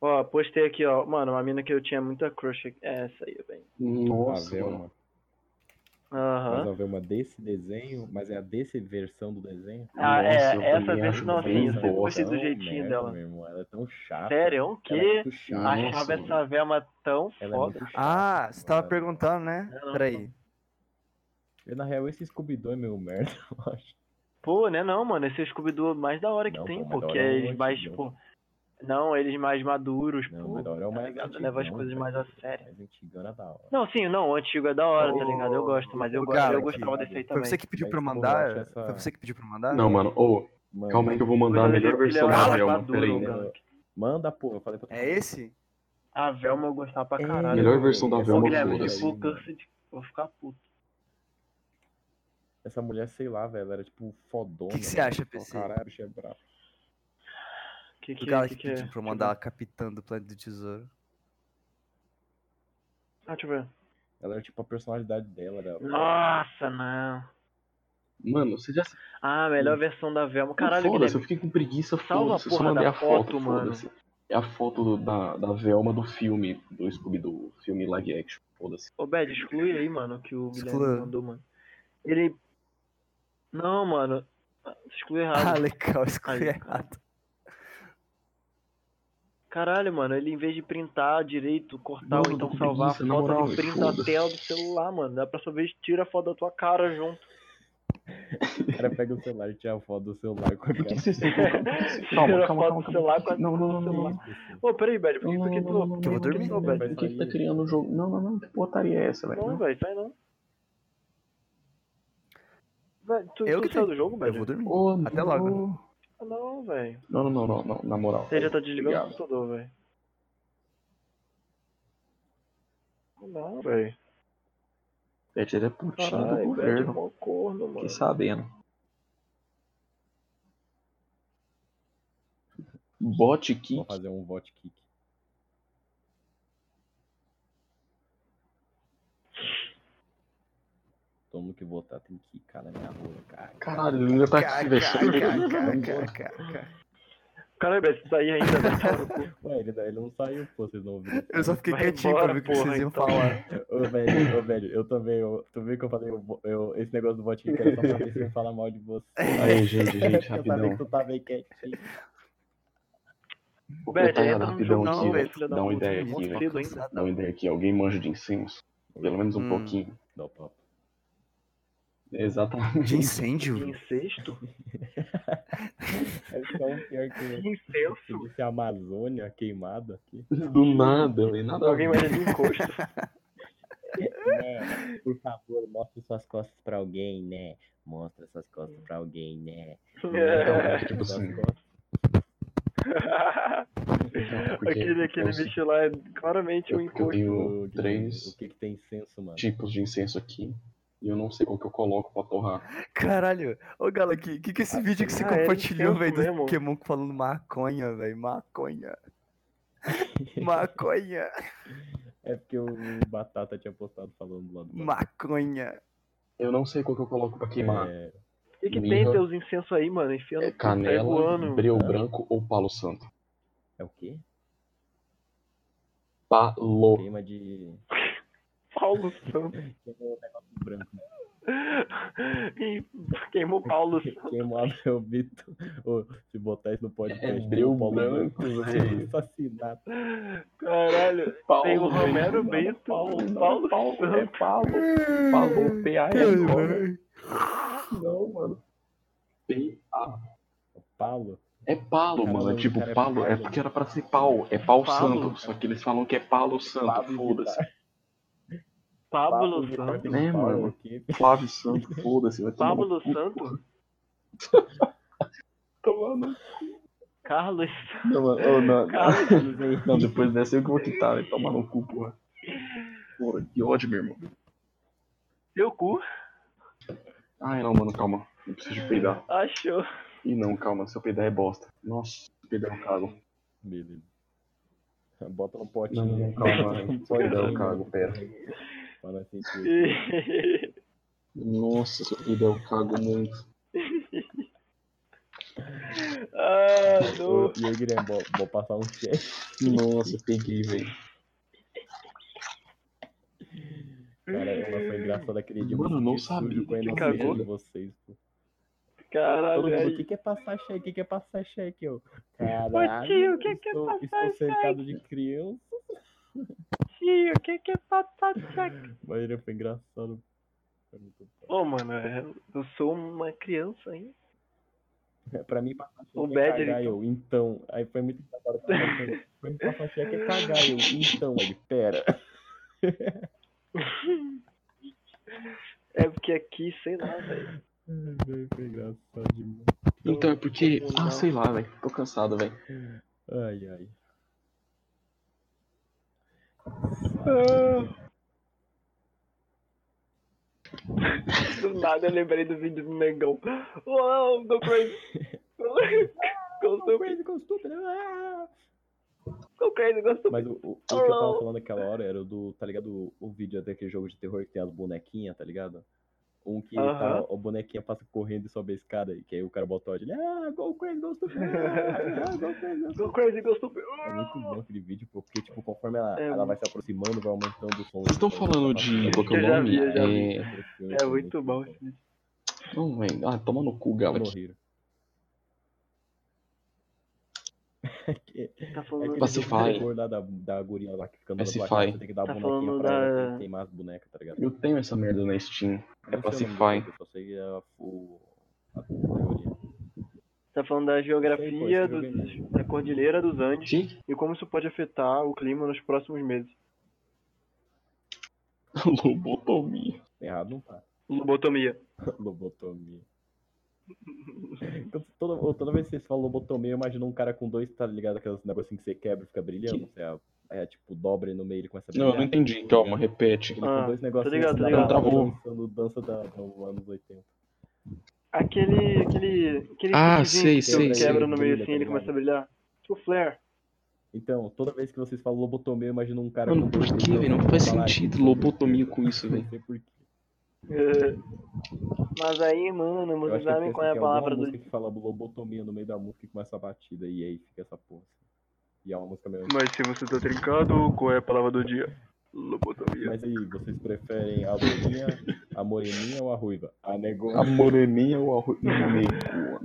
Ó, postei aqui, ó. Mano, uma mina que eu tinha muita crush. aqui. É essa aí, velho.
Nossa,
ver
mano.
uma,
Aham.
mas haver uma desse desenho, mas é a desse versão do desenho.
Ah,
Nossa,
é,
eu
essa
também
vez
acho
não
bem
assim, eu gostei do
tão é
jeitinho
um merda,
dela.
meu irmão, Ela é tão chata.
Sério?
Ela é
Que?
muito chata.
Nossa,
Achava
mano.
essa vela tão
Ela é
foda.
muito chata,
Ah, você tava
mano.
perguntando, né?
Não, não,
Peraí.
Eu, na real, esse Scooby-Doo é meio merda, eu acho.
Pô, né não, mano. Esse é o Scooby-Doo mais da hora que
Não,
tem,
pô, mas
pô.
da
Que
hora é
é
um
eles
monte,
mais,
não.
tipo. Não, eles mais maduros,
Não,
pô.
mas da hora é o
tá
mais
ligado?
antigão,
Leva as coisas
velho.
mais a sério.
Mais antigão é da hora.
Não, sim, não, o antigo é da hora, tá
Ô,
ligado? Eu gosto, mas eu,
ô,
go-
cara,
eu gostava
aqui.
desse aí
Foi
também.
você que pediu
Aí,
pra eu
porra, eu
mandar?
acho essa-
Foi você que pediu pra eu mandar?
Não, mano. Ô,
Mano,
calma aí que eu vou mandar a
É. Ele- é
melhor
ele
é versão
era
da
mais
Velma.
maduro,
Peraí,
né?
né?
Manda, porra. Eu falei pra tu-
É esse?
A Velma eu gostava pra
É,
caralho.
Melhor versão da
essa
Ô,
Velma, assim.
mulher, é
Guilherme,
foda-se.
se for
velho,
Cursed, eu vou ficar puto.
Essa mulher, sei lá, velho, era tipo fodona.
Que que você
velho.
acha,
Fala,
PC?
Caralho, bicho é brabo.
Foi
Que que,
o cara
que,
que
que é?
pediu pra eu
Deixa
mandar a capitã do Planeta do Tesouro.
ver. Ah, deixa eu ver.
Ela era tipo a personalidade dela, né? era.
Nossa, não.
Mano, você já
Ah, a melhor versão da Velma. Caralho,
Foda-se, eu
Guilherme.
fiquei com preguiça,
Salva
foda-se.
a
Eu só
porra
mandei
da
a foto,
foto, mano.
foda-se. É a foto do- da, da Velma do filme, do Scooby, do filme live action, foda-se.
Ô, Bad, exclui aí, mano, que o Guilherme
Exclua.
mandou, mano. Ele. Não, mano. Exclui
Ah,
errado.
legal, escolhi
Aí, cara.
errado.
Caralho, mano, ele em vez de printar direito, cortar
Mano,
ou então
com
salvar
preguiça,
a
na
foto,
moral,
ele printa a
foda-se.
tela do celular, mano. Da próxima vez tira a foto da tua cara junto.
O cara pega o celular e tira a foto do celular com a
Por que,
cara.
que vocês têm
Tira
Calma, calma,
a foto
calma.
do celular com a-
calma. Não, não, não, não. não.
Ô, peraí, Bad, por que é
Não, não,
tu
não,
quitou?
não,
Que eu vou
não,
dormir.
não,
Ô,
Vai
Bad,
Por que que
sair.
tá criando o jogo? Não, não, não. Que porcaria é essa,
não,
velho?
velho, sai não. Velho, tu,
Eu
tu
que
saiu
tenho.
do jogo,
Eu
Bad?
vou dormir.
Ô,
Até
não.
logo.
Não, velho.
Não, não, não, não, não, na moral.
Você já tá desligando o
Obrigado.
computador, velho. Ah, Não, velho.
Pet, ele é putinho do
Caralho, velho,
governo.
mó corno, mano.
Fiquei sabendo. Bot
Vou
kick.
fazer um vote kick. Todo mundo que votar tem que quicar na minha rua, cara.
Caralho, ele ainda tá aqui, velho.
KKKKKK.
Caralho, velho, você tá aí ainda, velho.
Ué, ele, ele não saiu, pô, vocês não ouviram.
Eu só fiquei
Vai
quietinho pra
embora,
ver o que vocês
porra,
iam
então.
falar.
Ô, velho, ô, velho, eu também, eu, tu viu que eu falei, eu, vou- eu- esse negócio do votinho que era só pra ver se eu ia falar mal de você.
Aí, Tá gente,
eu
gente,
sabia que
rapidão.
tu tava aí quietinho.
Vou
Beto,
botar
entra no
Tá rapidão
jogo,
não,
aqui,
Beto,
velho.
filha da
Dá uma
puta,
ideia
muito
aqui, velho.
cedo ainda.
Dá uma ideia aqui. Alguém manja de incenso? Pelo menos um
Hum.
pouquinho.
Não, papo.
Exatamente.
De incêndio?
Incesto?
É tão pior que se
Incenso?
disse a Amazônia queimada aqui.
Do nada, velho. Nada.
Alguém mais de encosto.
Né? Por favor, mostre suas costas pra alguém, né? Mostra suas costas pra alguém, né?
É.
Mostra
tipo
suas
assim.
costas.
aquele aquele
eu,
bicho lá é claramente um
eu, eu
encosto.
Ô,
tenho
Guilherme, O
três
que que tem senso, mano?
tipos de incenso aqui. E eu não sei qual que eu coloco pra torrar.
Caralho. Ô, Gala, que, que que é esse vídeo que você
ah, é
compartilhou,
incenso
velho, do
mesmo.
Pokémon falando maconha, velho? Maconha. Maconha.
É porque o Batata tinha postado falando lá do
Maconha.
Eu não sei qual que eu coloco pra queimar.
É,
O que, que tem
mirra.
teus incensos aí, mano? Enfiando
É
no cu, sai
canela,
voando. É.
breu branco ou palo santo?
é o quê?
Palo.
Queima de.
Paulo Santos.
Queimou o negócio branco.
Ih, Queimou Paulo Santos.
Queimou a meu Vitor. Ô, se botar isso no podcast,
É
tem o
breu
Paulo
branco, velho.
Assassinato.
Caralho. Tem o Romero Brito, o Paulo
É
Santos.
Paulo. Paulo, P-A-L. Não, mano. P-A.
O Paulo.
É
é.
palo,
Cara,
mano. É
o
tipo
cara é
palo. É
palo.
porque era pra ser pau. É pau
Palo.
santo. Só que eles falam que é palo santo.
Pablo
Foda-se.
Vittar.
Pablo
Papo de
Santos.
quarta
É,
de pau
mano.
aqui.
Flávio Santos, foda-se, vai tomar
Pablo
no cu,
Santos.
tomar no-
Carlos
Não, mano, ô, não,
Cara.
Não, depois dessa eu que vou quitar, vai tomar no cu, porra. Porra, que ódio, meu irmão.
Seu cu
Ai, não, mano, calma. Eu preciso peidar.
achou.
Ih, não, calma, se eu peidar é bosta. Nossa, se peidar eu cago.
Beleza. Bota no potinho.
Não, não, calma,
Bota no assim,
se eu peidar eu
potinho.
cago, pera.
Pra nós sentir.
E-
Nossa, se eu peidar eu cago muito.
ah,
Ô,
não.
E aí, Guilherme, vou, vou passar um cheque.
Nossa, peguei, velho.
Cara, ela foi engraçada aquele dia.
Mano, eu não
que sujo
sabia
Com a
que
inocência
cagou.
de vocês, pô. Todo
Caralho,
mundo, o
aí.
que, que é passar cheque? O que, que é passar cheque? Eu,
Ô, tio,
caralho,
o que que é
estou,
passar
estou
cheque?
cercado de criança.
tio, o que que é patata?
Mas ele foi engraçado. Foi muito bom.
Ô, mano, é- eu sou uma criança, hein?
Pra mim, passar cheque
O
é
Bad,
cagar
ele-
eu, então. Aí foi muito engraçado. que ela falou, Pra mim, passar cheque é cagar eu, então. Ele, pera.
É porque aqui, sei lá, velho.
Ai, velho, Foi engraçado demais.
Então é porque. Ah, sei lá, velho. Tô cansado, velho.
Ai, ai. Ah,
Do nada eu lembrei do vídeo do negão. Uau, go crazy. Go
Uma
so-
coisa com estúpida. Ah!
go crazy, go so-
Mas o, o- o que eu tava falando naquela hora era do, tá ligado? O, o vídeo daquele jogo de terror que tem as bonequinhas, tá ligado? Um que ele tá,
Aham.
o bonequinha passa correndo e sobe a escada, e que aí o cara bota o ódio, ele, ah, go crazy, go stupid, ah, ah, go crazy, go stupid.
Go crazy, go stupid.
É muito bom aquele vídeo, pô, porque, tipo, conforme ela,
É
ela vai se aproximando, vai aumentando o som. tipo, tá
Vocês estão falando de
um
Pokémon?
já vi, eu já
vi.
É muito bom esse vídeo.
Não, velho. Ah, toma no cu,
Toma
Galo.
no Hero.
Tá
É
falando
aquele
Pacify.
jogo de terror lá da, da guria lá que fica andando
Pacify.
com a gente, você tem que dar a
Tá
bonequinha
falando
pra ela,
da-
tem que queimar as bonecas, tá ligado?
Eu tenho essa merda na Steam. É
Não sei o nome
Pacify.
do jogo, Eu só sei a, o, a teoria.
Tá falando da
Sei, pô, esse
geografia
jogo é
dos- da Cordilheira dos Andes
Que?
e como isso pode afetar o clima nos próximos meses.
Lobotomia.
Errado não tá.
Lobotomia.
Lobotomia. Quando- toda, ou toda vez que vocês falam lobotomia, eu imagino um cara com dois, tá ligado? Aquelas negocinhos que você quebra e fica brilhando. Você é, é, tipo, dobra no meio ele começa a
Não,
brilhar.
eu não entendi. Calma, repete.
Ele com
Ah,
dois
tá
negocinhos
ligado,
que
tá
dá pra
ligado.
ficar
Travou.
dançando dança da, dos anos 80.
Aquele. aquele. aquele
Ah,
kitzinho
sei,
que você
sei,
sei.
quebra no meio
Brilha,
assim ele
tá
começa a brilhar. Tipo flare.
Então, toda vez que vocês falam lobotomia, eu imagino um cara
Mano, por
dois
que,
dedão
velho? Não faz
na laringe.
sentido lobotomia com isso, velho.
Não sei por quê.
É. Mas aí, mano,
Eu acho
vocês
que é porque,
sabem qual é
assim,
a
tem alguma
palavra do.
música que fala lobotomia no meio da música e começa a batida. E aí fica essa porra. assim. E é uma música meio
Mas se você tá trincado, qual é a palavra do dia? Lobotomia.
Mas aí, vocês preferem a loirinha, a moreninha ou a ruiva? A negona.
A moreninha ou a ruiva?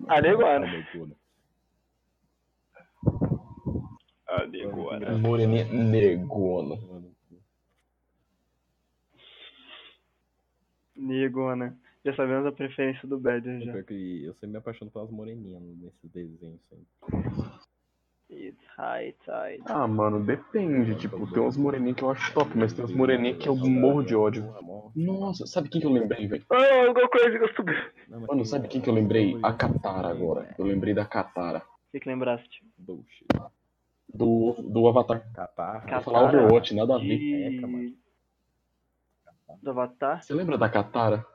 A
A
negona.
Ah, negona.
A
negona.
Moreninha negona.
Mano,
Negona. Já sabemos a preferência do Badger já.
pior que eu sempre me apaixono pelas moreninhas nesses desenhos. Assim.
It's high tide.
Ah, mano, depende. Tipo, tem umas moreninhas que eu acho top, mas tem umas moreninhas que eu morro de ódio. Nossa, sabe quem que eu lembrei, velho?
Oh, alguma coisa que eu subi. O
Não, mas
Mano, sabe quem que eu lembrei? A Katara agora. Eu lembrei da Katara.
que, que lembraste?
Bullshit.
Do, do Avatar.
Catarra.
Vou falar
Katara.
Overwatch, nada a ver.
De-
Eca, mano.
Do Avatar?
Você lembra da Katara?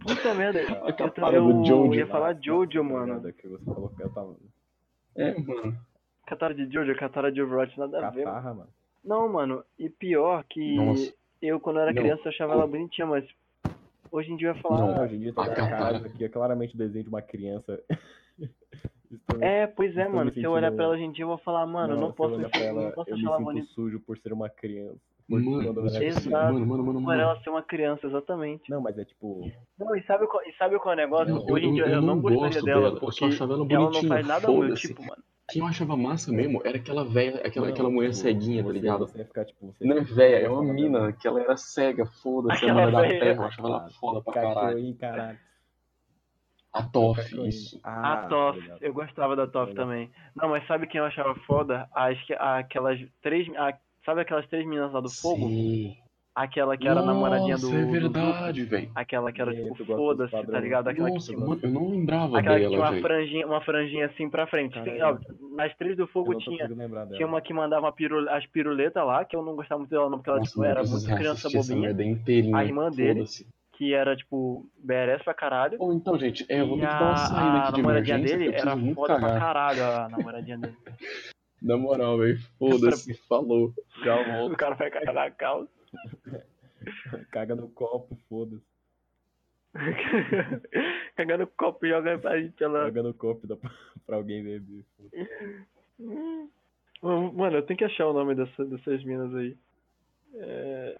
Puta merda. Eu,
Katara
eu,
do Jojo.
ia falar Jojo, mano.
Que você falou que eu tava.
É, mano.
Catara de Jojo, Catara de Overwatch, nada a ver. mano.
Catarra, mano.
Não, mano, e pior que
Nossa.
eu, quando era
Não.
criança, eu achava ela bonitinha, mas hoje em dia eu ia falar.
Não.
Ah, hoje em dia tá
A
na
Katara.
casa que é claramente o desenho de uma criança. Estou me-
É, pois é,
Estou me
mano. Se eu
sentindo-
olhar pra ela hoje em dia, eu vou falar, mano, eu não
se
posso,
olhar
me-
pra ela,
não posso
eu
achar
me
ela
sinto
bonita
sujo por ser uma criança. Por quando
Mano,
eu
não é
era
possível.
Exato.
mano, mano, mano,
por
mano.
ela ser uma criança, exatamente.
Não, mas é tipo.
Não, e sabe, qual- e sabe qual é o negócio?
Eu, eu,
hoje em dia
eu,
eu,
não
gostaria
gosto
dela,
dela, eu
porque
só achava ela
ela não
bonitinha.
faz nada do meu
Foda-se.
tipo, mano.
Quem eu achava massa mesmo era aquela velha, aquela,
não,
aquela mulher
tipo,
ceguinha, tá
você-
ligado?
Você ia ficar, tipo, você
Não é velha, é uma mina que ela era cega, foda-se, a
Aquela
mulher da
velha.
terra, eu achava ela foda pra caralho.
Cachorrinho, caralho.
A Toff,
Cachorrinho.
isso.
Ah,
A Toff,
tá ligado.
eu gostava da Toff
ligado.
também. Não, mas sabe quem eu achava foda? As, que- aquelas três. a- sabe aquelas três meninas lá do fogo?
Sim.
Aquela que era a
Nossa,
namoradinha do.
é
do- do-
verdade, velho.
Aquela que era,
É,
tipo,
tu gosta dos
foda-se, tá
padrões.
ligado? Aquela que
Nossa,
tinha
mano, eu não lembrava
Aquela que
dela,
tinha uma
velho.
franjinha, uma franjinha assim pra frente. Tem-
Caralho.
ó, nas trilhas do
Eu
fogo
não tô
tinha,
conseguindo lembrar dela.
tinha uma que mandava uma pirul- as piruletas lá, que eu não gostava muito dela, não, porque ela tipo,
mano, eu
era
preciso
muito criança
assistir essa
bobinha,
merda inteirinha.
A irmã dele.
foda-se.
que era tipo BRS pra caralho.
Ou então, gente, é, eu vou
e
ter que dar uma saída
a, a
aqui de
namoradinha
emergência, que eu
dele
preciso
era
muito
foda pra
cagar.
caralho, a namoradinha dele.
Na moral, velho, foda-se, falou. Já volto.
o cara vai cagar na calça.
Caga no copo, foda-se.
Cagando copo e joga pra gente pela.
Caga no copo da... pra alguém beber. foda-se.
Hum. Mano, eu tenho que achar o nome dessa, dessas minas aí. É...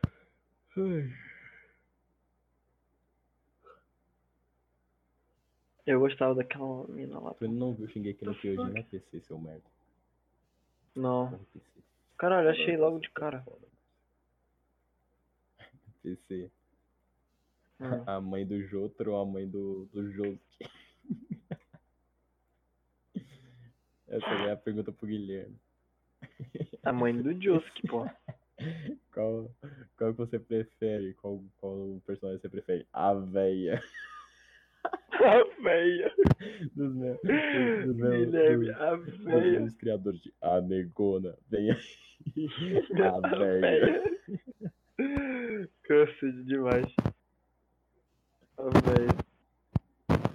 Eu gostava daquela mina lá.
Tu não viu Shingeki no Kyojin na PC, seu merda.
Não.
Porra, PC.
Caralho, achei logo de cara.
Foda. PC.
Hum.
A mãe do Jotro ou a mãe do, do Josuke? Essa é a pergunta pro Guilherme.
A mãe do Josuke, pô.
Qual, qual que você prefere? Qual, qual personagem você prefere? A véia.
A veia.
Dos meus. Dos meus.
Guilherme,
Dos,
a
dos
veia.
meus criadores de Amegona. Vem aí. A
A
véia.
veia. Cursed demais. A veia.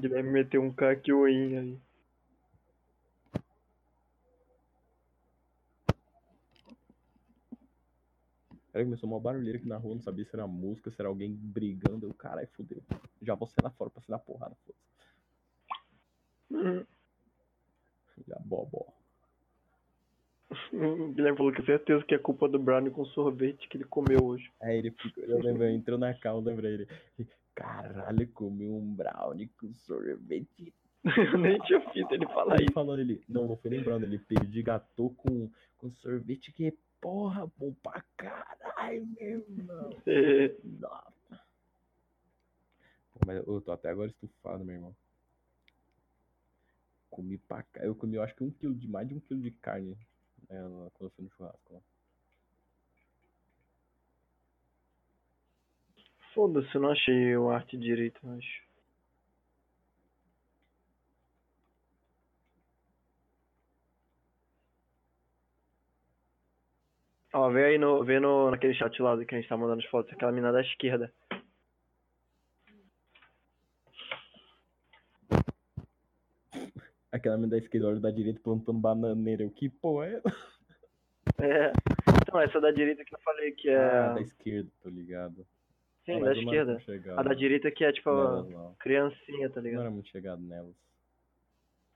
Guilherme meteu um Kakyoin aí.
Cara, começou uma barulheira aqui na rua, não sabia se era música, se era alguém brigando. Eu, caralho, fodeu. Já vou sair lá fora pra sair na porrada, foda-se.
Hum.
Já bobó.
O Guilherme falou que certeza que é culpa do Brownie com sorvete que ele comeu hoje.
Aí ele ficou, eu lembrei, entrou na cal, lembrei ele. Caralho, comi um brownie com sorvete.
Eu nem tinha ouvido ele falar
Aí
isso.
falando ele, não, não foi lembrando, ele perdi gato com, com sorvete que é porra, bom pra caralho, meu irmão.
É,
Nossa. Pô, Mas eu tô até agora estufado, meu irmão. Comi pra cá. Eu comi, eu acho que um quilo de mais de um quilo de carne né, lá quando eu fui no churrasco né. lá.
Foda-se, eu não achei o arte direito, mas. Ó, vê aí no, vê no, naquele chat lá que a gente tá mandando as fotos, aquela mina da esquerda.
Aquela menina da esquerda olha da direita plantando bananeira. Eu, que porra é?
É. Então, essa da direita que eu falei que é.
Ah, da esquerda, tô ligado. Mas eu
Sim, da
não era
esquerda.
muito chegado
A da direita que é tipo
nelas, não.
criancinha, tá
Eu Não
ligado?
era muito chegado nelas.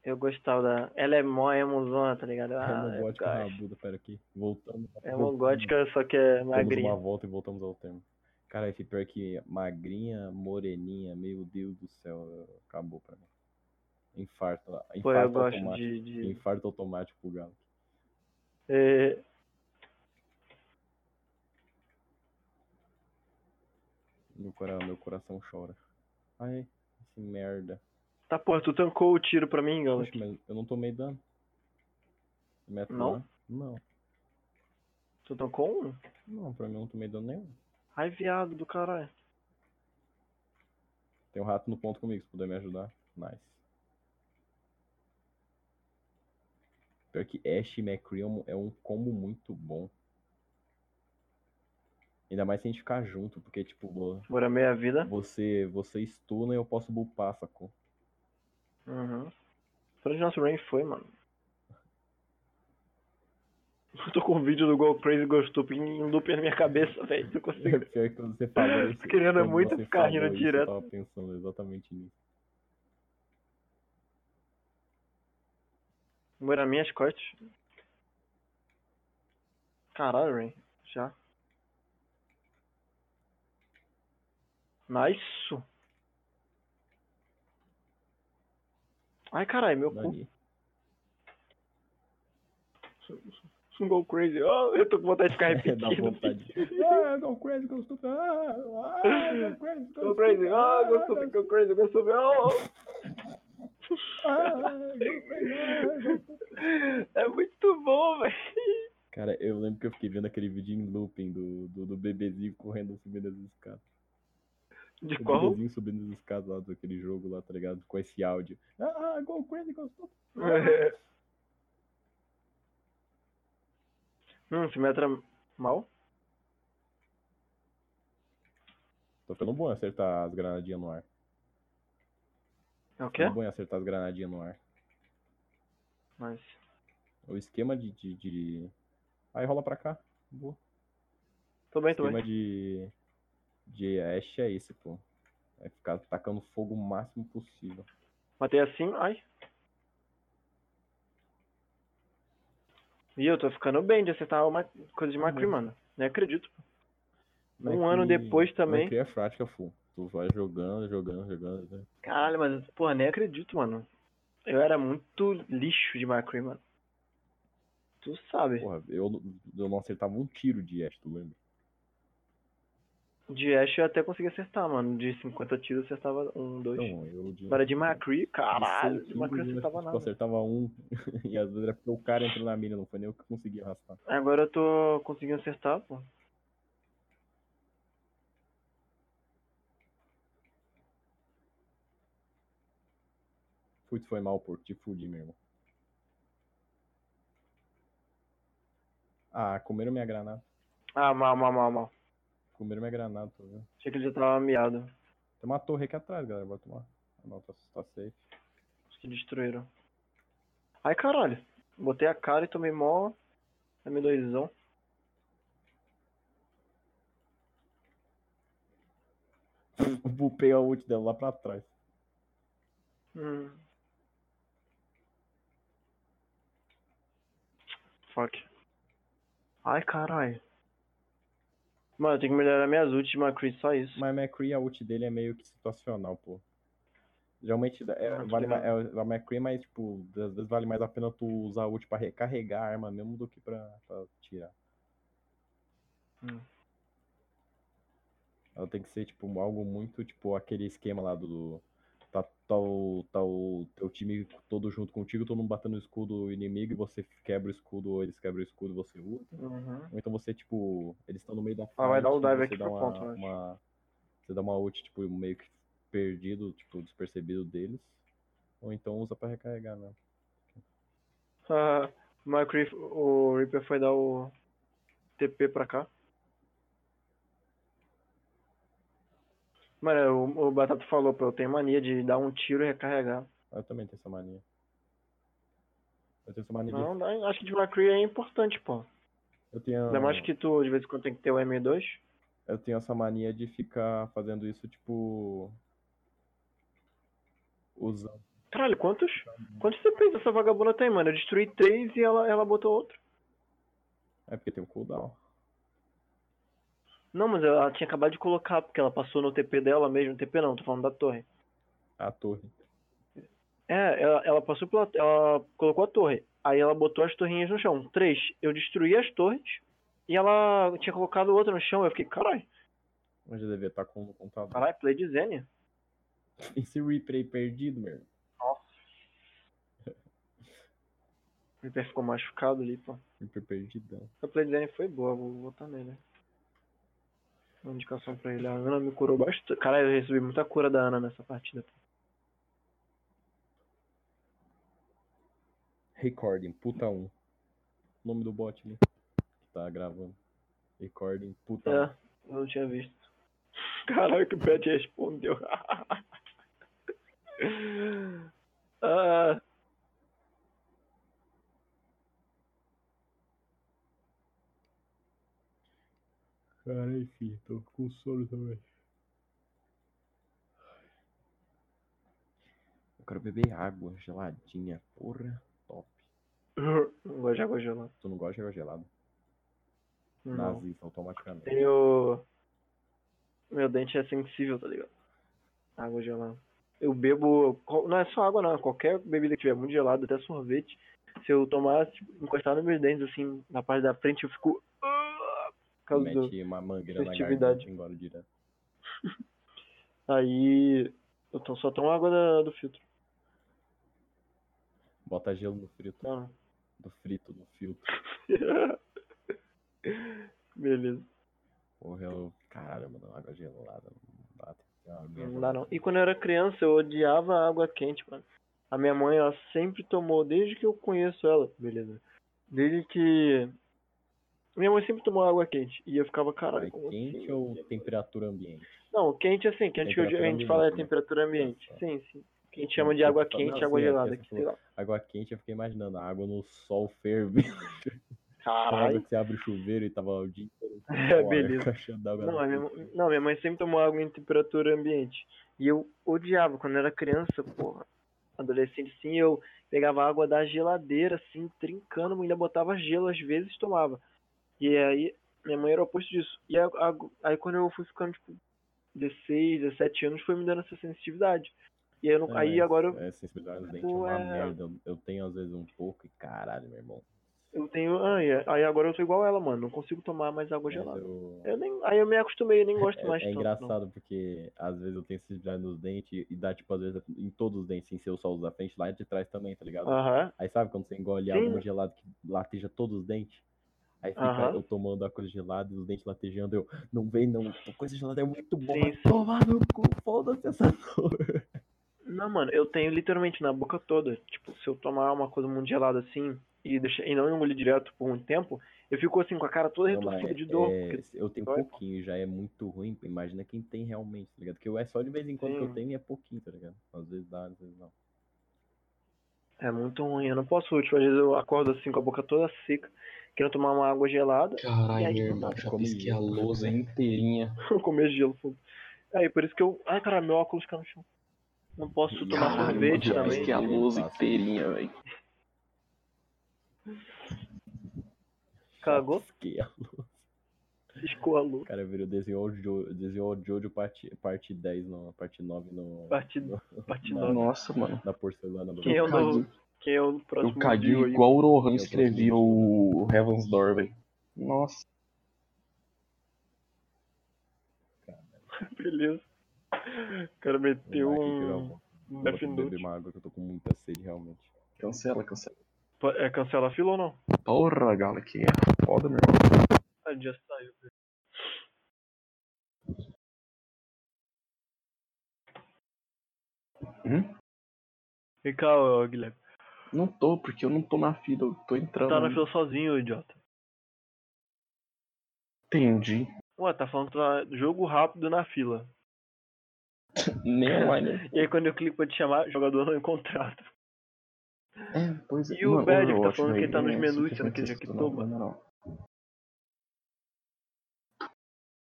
Eu gostava da. Ela é mó emozona, tá ligado? Ah,
é
é,
gótica
gosto.
rabuda, pera aqui. Voltamos.
é
voltamos.
uma gótica, só que é
Damos
magrinha.
uma volta e voltamos ao tema. Cara, esse pior que magrinha, moreninha, meu Deus do céu, acabou pra mim. Infarto, lá,
Pô, eu
infarto
gosto
automático.
de. de-
Infarto automático pro galo.
É,
Meu, cora, meu coração chora. Ai, que merda.
Tá, porra, tu tancou o tiro pra mim, Galo.
Poxa, mas eu não tomei dano. Me
Não?
aturar? Não.
Tu tancou um?
Não, pra mim eu não tomei dano nenhum.
Ai, viado do caralho.
Tem um rato no ponto comigo, se puder me ajudar. Nice. Pior que Ash e McCree é um- é um combo muito bom. Ainda mais se a gente ficar junto, porque, tipo, vo-
Bora é meia vida.
você, você stuna e eu posso bupar, sacou?
Uhum. Pra onde nosso rain foi, mano? Eu tô com o vídeo do Go Crazy Go Stupid em um loop na minha cabeça, velho. Não consigo.
Pior que quando você falou isso.
Querendo
quando
é muito
você
ficar
falou
rindo
isso,
direto.
Eu tava pensando exatamente nisso.
Morar minhas costas. Caralho, Rain. Já. Nice. Ai, caralho, meu cu.
Dali.
Go crazy. Oh, eu tô com vontade de ficar repetindo.
Dá vontade. Ah, go crazy, go stupid. Ah, ah, go crazy, go
Go crazy.
stupid.
Oh, go
Ah,
stupid, go crazy, go stupid. Oh.
ah, go crazy, ah, go
É muito bom, velho.
Cara, eu lembro que eu fiquei vendo aquele vídeo em looping do, do, do bebezinho correndo subindo as escadas.
De
O
qual?
bebezinho subindo as escadas lá daquele jogo lá, tá ligado? Com esse áudio. Ah, go crazy, gostou.
É. Hum, se metra mal?
Tô ficando bom em acertar as granadinhas no ar.
É o quê?
Tô bom em acertar as granadinhas no ar.
Mas.
O esquema de. de, de- Aí rola pra cá. Boa.
Tô bem,
O
tô bem.
esquema de. De Ash é esse, pô. É ficar tacando fogo o máximo possível.
Matei assim, ai. E eu tô ficando bem de acertar uma coisa de
Uhum.
Macri, mano. Nem acredito.
Mas
Um ano
que-
depois também.
Mas que é prática, full. Tu vai jogando, jogando, jogando. né?
Caralho, mas, porra, nem acredito, mano. Eu era muito lixo de Macri, mano. Tu sabe.
Porra, eu, eu não acertava um tiro de Ash, tu lembra?
De Ash eu até consegui acertar, mano. De 50 tiros eu acertava um, dois.
Então, eu de.
Agora de Macri,
Caralho,
caralho, é de Macri eu acertava
eu
nada.
acertava um. e às vezes era porque o cara entrou na mira, não foi nem eu que consegui arrastar.
Agora eu tô conseguindo acertar, pô.
Putz, foi mal, porco. Te fudi, meu irmão. Ah, comeram minha granada.
Ah, mal, mal, mal, mal.
Comeram minha granada, tô vendo.
Achei que ele já tava miado.
Tem uma torre aqui atrás, galera. Bora tomar. A nota tá safe.
Acho que destruíram. Ai, caralho. Botei a cara e tomei mó M2zão.
Bupei a ult dela lá pra trás.
Hum. Fuck. Ai, caralho. Mano, eu tenho que melhorar minhas ults de Macri, só isso.
Mas McCree, a ult dele é meio que situacional, pô. Geralmente é,
Ah, tô
vale mais,
ligado.
é, a McCree, mas, tipo, às vezes vale mais a pena tu usar a ult pra recarregar a arma mesmo do que pra, pra tirar.
Hum.
Ela tem que ser, tipo, algo muito, tipo, aquele esquema lá do. Tá, tá, o, tá o teu time todo junto contigo, todo mundo batendo o escudo inimigo e você quebra o escudo, ou eles quebram o escudo e você luta.
Uhum.
Ou então você, tipo, eles estão no meio da
Ah, vai
fight, tipo,
dar o dive
você
aqui
dá
pro
uma,
ponto, eu acho.
uma- Você dá uma ult, tipo, meio que perdido, tipo, despercebido deles. Ou então usa pra recarregar mesmo.
Ah, Macri, o Reaper foi dar o TP pra cá. Mano, é, o, o Batata falou, pô, eu tenho mania de dar um tiro e recarregar.
Ah, Eu também tenho essa mania. Eu tenho essa mania de...
Não, dá- acho que de Macri é importante, pô.
Eu tenho,
Ainda mais que tu, de vez em quando, tem que ter o M2.
eu tenho essa mania de ficar fazendo isso, tipo... Usando...
Caralho, quantos? Quantos TPs essa vagabunda tem, mano? Eu destruí três e ela, ela botou outro.
É porque tem um cooldown.
Não, mas ela tinha acabado de colocar, porque ela passou no TP dela mesmo. TP não, tô falando da torre.
A torre.
É, ela, ela passou pela. Ela colocou a torre. Aí ela botou as torrinhas no chão. Três. Eu destruí as torres. E ela tinha colocado outra no chão. Eu fiquei, caralho,
Eu já devia estar com o contador.
caralho, play de Zenia.
Esse replay perdido, meu. irmão.
O Reaper ficou machucado ali, pô.
Replay perdidão.
A play de Zenia foi boa, vou botar nele. Uma indicação pra ele. A Ana me curou bastante. Caralho, eu recebi muita cura da Ana nessa partida.
Recording, puta 1. O nome do bot ali. Que tá gravando. Recording, puta um.
É, eu não tinha visto. Caralho, que o Pet respondeu. ah,
um. Cara, enfim, tô com sono também. Eu quero beber água geladinha. Porra, top.
não gosto de água gelada.
Tu não gosta de água gelada?
Não.
Nazista, automaticamente.
Tenho. Meu dente é sensível, tá ligado? Água gelada. Eu bebo. co- Não é só água, não. Qualquer bebida que tiver muito gelada, até sorvete. Se eu tomar, tipo, encostar nos meus dentes, assim, na parte da frente, eu fico. Ah, Por
Tu
causa do...
mete uma mangueira na
festividade.
garganta e engole direto.
Aí. Eu to- só tomo água da- do filtro.
Bota gelo no frito.
Não.
Do frito, do filtro.
Beleza.
Porra, eu. Caralho, mano, água gelada. Não dá, tem que ter uma aguinha
Não dá não.
gelada.
E quando eu era criança, eu odiava a água quente, mano. A minha mãe, ela sempre tomou, desde que eu conheço ela, beleza. Desde que. Minha mãe sempre tomou água quente. E eu ficava, caralho,
Água
como assim?
quente ou temperatura ambiente?
Não, quente assim, quente que eu digo- a
Temperatura
gente fala é
ambiente, né?
temperatura ambiente.
Tá.
Sim, sim. Que a gente chama de água quente,
Não,
água
sim, é que
gelada,
essa
que
falou.
sei lá.
Água quente, eu fiquei imaginando, a água no sol fervendo. A água
Caralho.
que você abre o chuveiro e tava o dia inteiro.
É,
fora,
beleza.
caixando d'água
Não, é
na
a minha,
frente.
mãe- não, minha mãe sempre tomou água em temperatura ambiente. E eu odiava quando era criança, porra. Adolescente, sim, eu pegava água da geladeira, assim, trincando, ainda botava gelo às vezes tomava. E aí, minha mãe era o oposto disso. E a- a- aí, quando eu fui ficando, tipo, 16, 17 anos, foi me dando essa sensitividade. E aí, eu não,
É,
aí
mas
agora eu-
É, sensibilidade no dente é
Tipo,
uma
é-
merda. Eu- Eu tenho às vezes um pouco e caralho, meu irmão.
eu tenho. Ah, e aí agora eu tô igual ela, mano. Não consigo tomar mais água
Mas
gelada.
É, eu-
Eu nem, aí eu me acostumei, eu nem gosto
É,
mais
é
tanto, não.
engraçado porque às vezes eu tenho sensibilidade nos dentes e dá, tipo, às vezes em todos os dentes, sem ser os só os da frente, lá e de trás também, tá ligado?
Aham.
Aí sabe quando você engole
Ah. Sim.
algo gelado que lateja todos os dentes? Aí fica
Aham.
eu tomando a coisa gelada e os dentes latejando, eu, não vem não, a coisa gelada é muito bom,
Sim,
vai
sim.
tomar no cu, foda-se essa dor.
Não, mano, eu tenho literalmente na boca toda. Tipo, se eu tomar uma coisa muito gelada assim e, deixar, e não engolir direto por muito tempo, eu fico assim com a cara toda
Não, mas
retorcida de dor.
é-
porque-
eu tenho
dói.
pouquinho, já é muito ruim. Imagina quem tem realmente, tá ligado? Porque eu é só de vez em quando que eu
Sim.
tenho e é pouquinho, tá ligado? Às vezes dá, às vezes não.
É muito ruim, eu não posso. Tipo, às vezes eu acordo assim com a boca toda seca, querendo tomar uma água gelada, E
Caralho,
aí,
meu irmão, já
como
pisquei a
eu.
lousa inteirinha.
comer gelo. foda. Aí por isso que eu. Ai, cara, meu óculos caiu no chão. Não posso tomar
Caralho,
sorvete
mas
já
também. né?
pisquei a lousa
Passa.
inteirinha, velho.
Cagou,
Que é, o
piscou a luz.
cara virou, desenhou o Jojo, desenhou o Jojo parte, parte 10, não, parte 9 no,
Parte, parte nova.
Nossa, mano.
na porcelana. do-
Quem é o
caguei.
novo? Quem é o próximo
Eu caguei
view aí?
igual o Rohan
Eu
escrevia
tô
o Heaven's Door, velho. Nossa.
Beleza. O cara meteu
Vamos lá, aqui,
um.
Geraldo. Eu vou ter que beber uma água que eu tô com muita sede, realmente.
Cancela, cancela.
Pa- É cancela a fila ou não?
Porra, gala, que é foda, meu irmão.
Ah, já saiu.
Hum?
Vem cá, ô, Guilherme.
Não tô, porque eu não tô na fila, eu tô entrando.
Tá na fila sozinho, ô idiota.
Entendi.
Ué, tá falando que tá jogo rápido na fila.
Nem online. né?
E aí quando eu clico pra te chamar, o jogador não é encontrado.
É, pois é.
E o
Mano,
Bad, que tá
Overwatch,
falando que
velho,
tá nos
é
menus,
super
sendo que ele já
contexto,
quitou,
não,
mano.
na moral.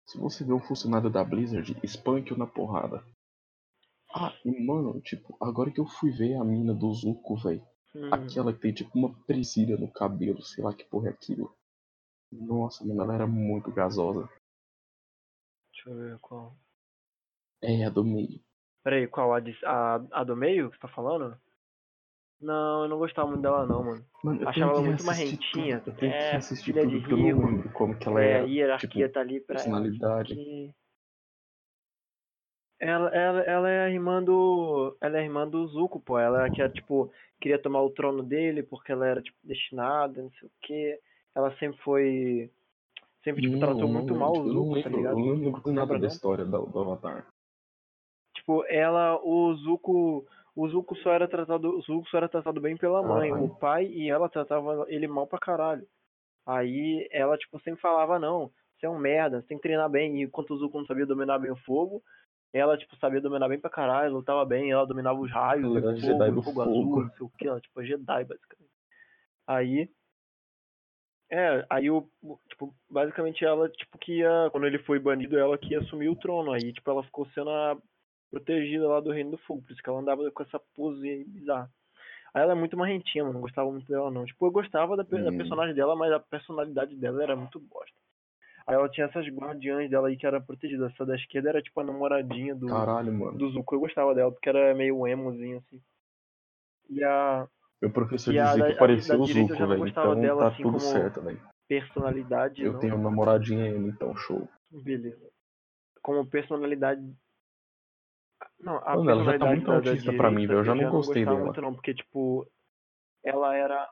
Se você vê um funcionário da Blizzard, espanque-o na porrada. Ah, e mano, tipo, agora que eu fui ver a mina do Zuko, velho.
Hum,
Aquela que tem tipo uma presilha no cabelo, sei lá que porra é aquilo. Nossa, mano, ela era muito gasosa.
deixa eu ver qual.
É, a do meio.
Pera aí, qual? A, de- a, a do meio que você tá falando? Não, eu não gostava muito dela não, mano.
Mano, eu
Achava
tenho
ela
que
muito
reassistir
marrentinha.
tudo, Eu tenho
É,
que assistir
filha de
tudo porque eu não
rico.
lembro como que ela
é, a
era.
hierarquia
tipo,
tá ali pra
personalidade.
que- Ela, ela, ela é a irmã do. Ela é a irmã do Zuko, pô. Ela que é, tipo, queria tomar o trono dele porque ela era, tipo, destinada, não sei o quê. Ela sempre foi. Sempre, tipo,
Não,
tratou
eu não
muito
lembro,
mal o
Eu não
Zuko, tá
lembro, eu
ligado?
não lembro de nada
Lembra,
da
não?
história do, do Avatar.
Tipo, ela, o Zuko. O Zuko só era tratado. O Zuko só era tratado bem pela mãe.
Caralho.
O pai e ela tratavam ele mal pra caralho. Aí ela, tipo, sempre falava, não, você é um merda, você tem que treinar bem. E enquanto o Zuko não sabia dominar bem o fogo, ela, tipo, sabia dominar bem pra caralho, lutava bem, ela dominava os raios,
Ela
o
era
fogo,
Jedi
o
do fogo.
fogo, azul, não sei o que, ela, tipo, é Jedi, basicamente. Aí. É, aí o. o- Tipo, basicamente ela, tipo, que ia. Quando ele foi banido, ela que ia assumir o trono. Aí, tipo, ela ficou sendo a protegida lá do Reino do Fogo, por isso que ela andava com essa pose aí bizarra. Aí ela é muito marrentinha, mano. Não gostava muito dela, não. Tipo, eu gostava da, pe- da
Hum.
personagem dela, mas a personalidade dela era muito bosta. Aí ela tinha essas guardiãs dela aí que era protegida. Essa da esquerda era tipo a namoradinha do,
Caralho, mano.
do Zuko. Eu gostava dela, porque era meio emozinho, assim. E a
Meu professor
E a
dizia
da-
que parecia
a da
o
direita eu
Zuko,
já não
velho.
gostava
Então
dela,
tá
assim,
tudo
como-
certo, velho.
personalidade.
Eu
não.
tenho namoradinha ainda, então show.
Beleza. Como personalidade. Não, a
Mano, ela já tá
personalidade
muito
da- da
autista pra mim,
direita
velho. Eu já não gostei
gostava
dela.
Muito, não, porque, tipo, ela era.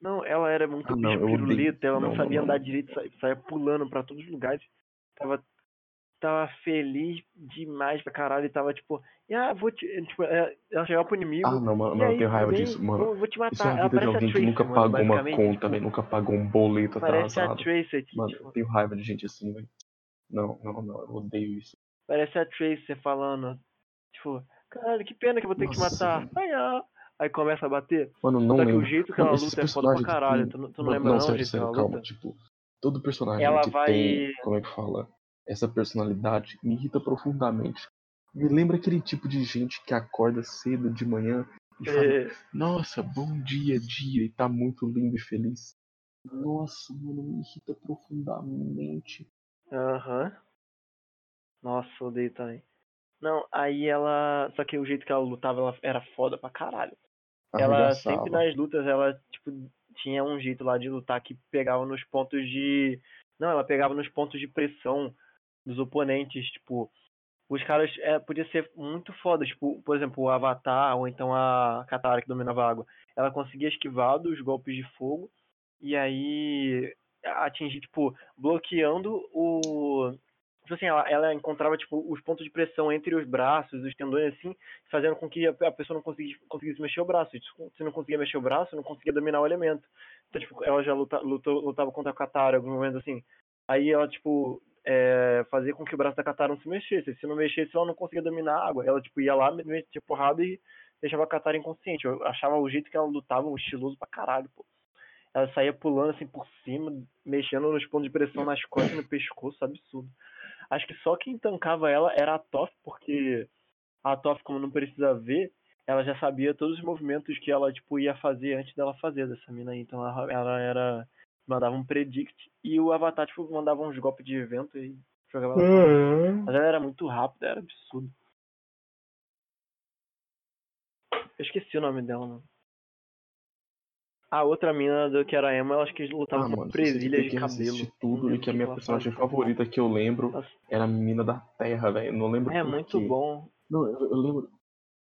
Não, ela era muito
Ah, não,
bicho
eu odeio.
piruleta, ela não,
Não,
sabia
não,
andar
não.
direito, sa- saía pulando pra todos os lugares. Tava, tava feliz demais pra caralho, e tava tipo, ah, vou te. Tipo, é, ela chegava pro inimigo.
Ah, não, mano,
"E
mano, eu
aí, ah,
tenho raiva
tudo bem?
disso, mano.
Vou, vou te matar.
Isso é a
ela
vida de
parece
alguém que
Tracer,
nunca
mano,
pagou uma
basicamente,
conta,
tipo,
velho. Nunca pagou um boleto
Parece a
atrasado.
Tracer, que,
Mano,
tipo,
eu tenho raiva de gente assim, velho. Não, não, não, eu odeio isso.
Parece a Tracer falando, tipo, caralho, que pena que eu vou ter que te
Nossa,
matar. Ai, ah. Aí começa a bater.
Mano, não
Só que o
lembro.
jeito que ela
Mano, esses
luta é foda pra
personagens
caralho.
que-
Tu, não- tu não
Mano,
lembra não, o
sério,
jeito que
sério,
ela
calma.
luta?
Tipo, todo personagem
Ela
que
vai-
tem, como é que fala? Essa personalidade me irrita profundamente. Me lembra aquele tipo de gente que acorda cedo de manhã e fala,
É,
nossa, bom dia, dia, e tá muito lindo e feliz. Nossa, mano, me irrita profundamente.
Aham. Nossa, odeio também. Não, aí ela. Só que o jeito que ela lutava ela era foda pra caralho. Ela
Arregaçava.
sempre nas lutas, ela, tipo, tinha um jeito lá de lutar que pegava nos pontos de. Não, ela pegava nos pontos de pressão dos oponentes, tipo. Os caras é, podia ser muito foda, tipo, por exemplo, o Avatar ou então a Katara que dominava a água. Ela conseguia esquivar dos golpes de fogo e aí atingir, tipo, bloqueando o. Tipo assim, ela, ela encontrava, tipo, os pontos de pressão entre os braços, os tendões, assim, fazendo com que a, a pessoa não conseguisse, conseguisse mexer o braço. Tipo, Se não conseguia mexer o braço, não conseguia dominar o elemento. Então, tipo, ela já luta, lutou, lutava contra a Katara em algum momento, assim. Aí ela, tipo, é, fazia com que o braço da Katara não se mexesse. Se não mexesse, ela não conseguia dominar a água. Ela, tipo, ia lá, metia porrada e deixava a Katara inconsciente. Eu achava o jeito que ela lutava estiloso pra caralho, pô. Ela saía pulando assim por cima, mexendo nos pontos de pressão nas costas e no pescoço, absurdo. Acho que só quem tancava ela era a Toph, porque a Toph, como não precisa ver, ela já sabia todos os movimentos que ela tipo, ia fazer antes dela fazer dessa mina aí. Então ela, ela era. mandava um predict e o Avatar tipo, mandava uns golpes de vento e jogava ela. fora.
Uhum.
Mas ela era muito rápida, era absurdo. Eu esqueci o nome dela, mano. A outra mina do que era a Emma, ela acho que lutava
Ah,
com
mano, se você
presilhas de
pegar e
cabelo.
assistir
Não
tudo
lembro
e que é a
o
minha
ela
personagem
fazia.
favorita que eu lembro
Nossa.
era a menina da Terra, velho. Não lembro
É
por
muito
quê.
bom
Não, eu, eu lembro.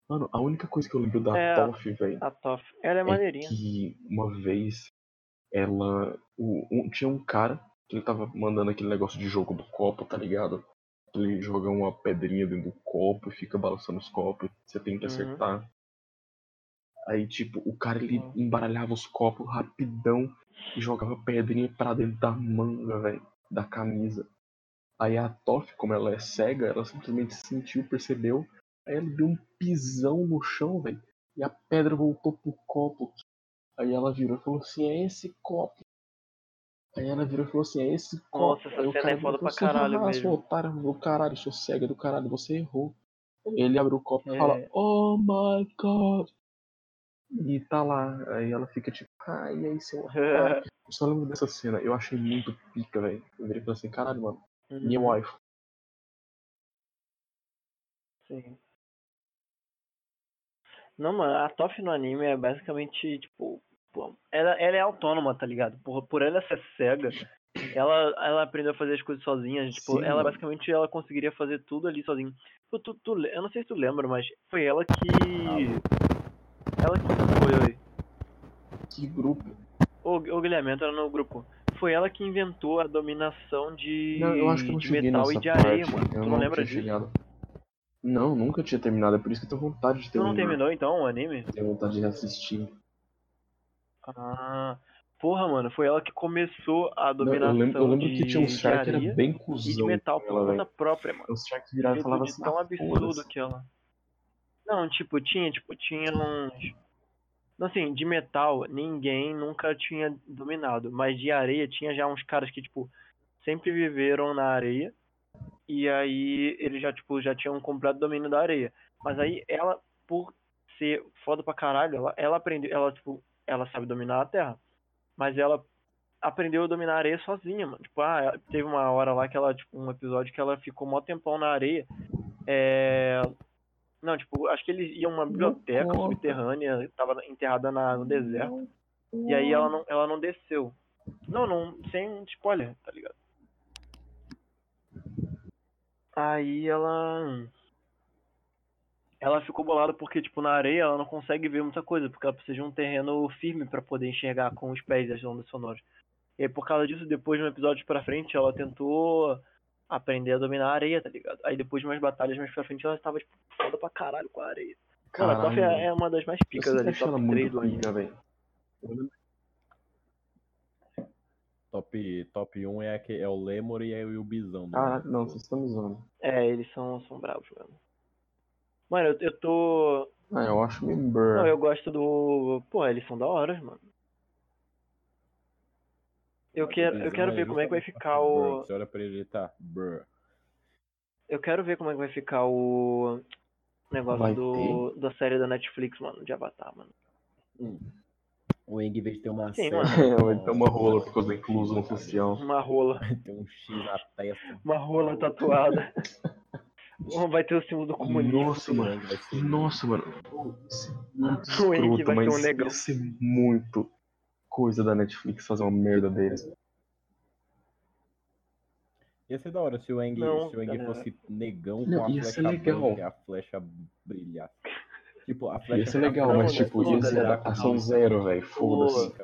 Mano, a única coisa que eu lembro da
É.
Toph, velho,
a Toph. Ela é maneirinha.
que uma vez ela. o- um- tinha um cara que ele tava mandando aquele negócio de jogo do copo, tá ligado? Que Ele joga uma pedrinha dentro do copo e fica balançando os copos. Você tem que
Uhum.
acertar. Aí, tipo, o cara ele
Uhum.
embaralhava os copos rapidão e jogava pedrinha pra dentro da manga, velho, da camisa. Aí a Toff, como ela é cega, ela simplesmente sentiu, percebeu. Aí ela deu um pisão no chão, velho. E a pedra voltou pro copo. Aí ela virou e falou assim, é esse copo. Aí ela virou e falou assim, é esse copo.
essa
Aí o
cena
cara
é foda
virou e
pra
falou assim,
caralho
"Ah,
mesmo."
Seu otário do caralho, seu cega do caralho, você errou. Ele abre o copo
É.
e fala, oh my god. E tá lá. Aí ela fica tipo, ai, e aí seu otário. Eu só lembro dessa cena, eu achei muito pica, velho. Eu virei e falei assim, caralho, mano,
Uhum,
minha wife.
Sim. Não, mano, a Toph no anime é basicamente, tipo, pô, ela, ela é autônoma, tá ligado? Por, por ela ser cega, ela, ela aprendeu a fazer as coisas sozinha, tipo,
Sim,
ela
mano.
basicamente ela conseguiria fazer tudo ali sozinha. Tu, tu, tu le- eu não sei se tu lembra, mas foi ela que. Ela que. Foi, oi.
Que grupo.
O, o Guilherme entra no grupo. Foi ela que inventou a dominação de,
Não, eu acho que eu não
de
cheguei
metal
nessa
e de
parte.
areia, mano.
Eu
tu não
tinha
lembra disso?
chegado. Não, nunca tinha terminado, é por isso que eu tenho vontade de
Tu não
terminar.
terminou então o anime?
Tenho vontade de reassistir.
Ah, porra, mano, foi ela que começou a
Não, eu
dominação
lembro, eu lembro
de,
que tinha uns
de
caras que
areia
era bem
e de
cuzão.
metal
com
por
ela,
conta
velho.
própria, mano.
Os caras que viraram e
Jeito
falavam
de
assim,
tão
"Ah,
absurdo
foda-se."
que ela. Não, tipo, tinha, tipo, tinha uns. Não, assim, de metal ninguém nunca tinha dominado, mas de areia tinha já uns caras que, tipo, sempre viveram na areia. E aí eles já, tipo, já tinham comprado o domínio da areia. Mas aí ela, por ser foda pra caralho, ela, ela aprendeu, ela, tipo, ela sabe dominar a terra. Mas ela aprendeu a dominar a areia sozinha, mano. Tipo, ah, ela- teve uma hora lá que ela, tipo, um episódio que ela ficou mó tempão na areia. É... Não, tipo, acho que eles iam uma biblioteca
conta.
subterrânea, tava enterrada na, no deserto. E aí ela não, ela não desceu. Não, não, sem spoiler, tá ligado? Aí ela. Ela ficou bolada porque, tipo, na areia ela não consegue ver muita coisa, porque ela precisa de um terreno firme pra poder enxergar com os pés as ondas sonoras. E aí, por causa disso, depois de um episódio pra frente, ela tentou aprender a dominar a areia, tá ligado? Aí depois de umas batalhas mais pra frente, ela estava, tipo, foda pra caralho com a areia. Cara, a Coffee
Caralho.
é uma das mais
Eu
picas
sempre
ali,
achei ela
top 3 do
muito
anime.
pica, velho.
Top, top 1 é, aque- é o Lemur e é o Bisão. né?
Ah,
Caraca, Ah, não, vocês estão me zoando.
É, eles são, são bravos mesmo. Mano, eu, eu tô.
Ah, eu acho meio
Não,
burn.
eu gosto do. Pô, eles são da hora, mano. Eu quero, eu
Visão
quero
é
ver como é que vai
justamente
ficar
Brr,
o.
Você olha pra ele e tá. Brr.
Eu quero ver como é que vai ficar o.
Vai
Negócio do, da série da Netflix, mano, de Avatar, mano.
O Eng, em vez de assim, ter uma
Sim,
serra,
mano. Ele tem É, uma rola por causa da inclusão social.
Uma rola.
Tem um X na testa.
Uma rola tatuada. Vai ter o símbolo do comunismo.
Nossa, mano.
Eng vai ser-
Nossa, mano. Pô, isso é muito
O Henrique
escroto,
vai ter
mas
um negão.
ia ser muito coisa da Netflix fazer uma merda deles.
Ia ser da hora se o Eng,
Não,
se o Eng
galera.
fosse negão
Não,
com a
ia
flecha
ser legal.
branca e a flecha brilhasse. Tipo, a flecha
Ia ser legal,
branca-
mas tipo,
Não,
ia ser
galera,
adaptação
não,
zero, velho. Foda-se.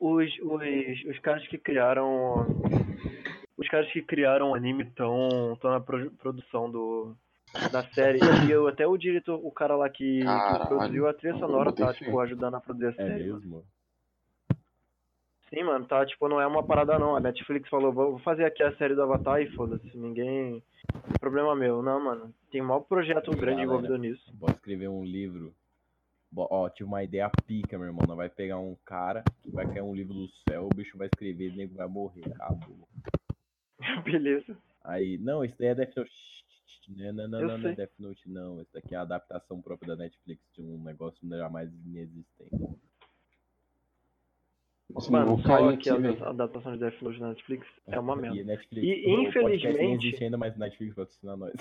Os, os, os caras que criaram. Os caras que criaram o anime estão na pro- produção do, da série. E eu, até o diretor, o cara lá que, que
Caralho.
produziu a trilha sonora,
Botei
tá,
fé.
tipo, ajudando a produzir a
É
série. mano.
mesmo?
Sim, mano, tá, tipo, não é uma parada não. A Netflix falou, vou fazer aqui a série do Avatar e foda-se, ninguém. Problema meu. Não, mano. Tem um maior projeto
Galera.
grande envolvido nisso.
Bora escrever um livro. Bo- Ó, tive uma ideia pica, meu irmão. Nós Vai pegar um cara que vai cair um livro do céu, o bicho vai escrever, o nego vai morrer. Acabou.
Beleza.
Aí, não, isso daí é Death Note. Não, não, não,
Eu
não, não é
sei.
Death Note, não. Isso daqui é a adaptação própria da Netflix de um negócio jamais inexistente.
Nossa, mano,
Mano,
eu vou
só
cair
que
aqui,
a
velho.
a adaptação de Death Note na Netflix é uma merda.
E a Netflix.
E,
o podcast nem
infelizmente-
existe ainda, mas Netflix patrocina nós.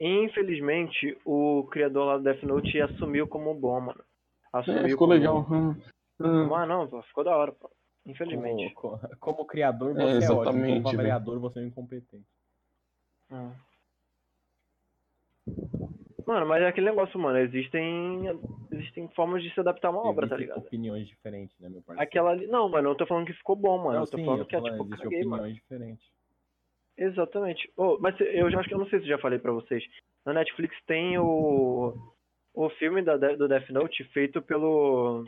Infelizmente, o criador lá do Death Note assumiu como bom, mano. Assumiu
É, ficou
como-
legal. hum, hum.
Ah, não, pô, ficou da hora, pô. Infelizmente.
Como, co- como criador,
É,
você é, ótimo.
exatamente,
Como
velho.
avaliador, você é incompetente.
Ah. Mano, mas é aquele negócio, mano. Existem, existem formas de se adaptar a uma obra, tá
Existem
ligado?
Opiniões diferentes, né, meu parceiro?
Aquela ali. Não, mano, eu tô falando que ficou bom, mano.
Não,
eu tô
sim,
falando
eu
que é
tô falando,
tipo,
existem
caguei, mano.
opiniões diferentes.
Exatamente. Ô, mas eu já acho que eu não sei se eu já falei pra vocês. Na Netflix tem o. O filme da, do Death Note feito pelo.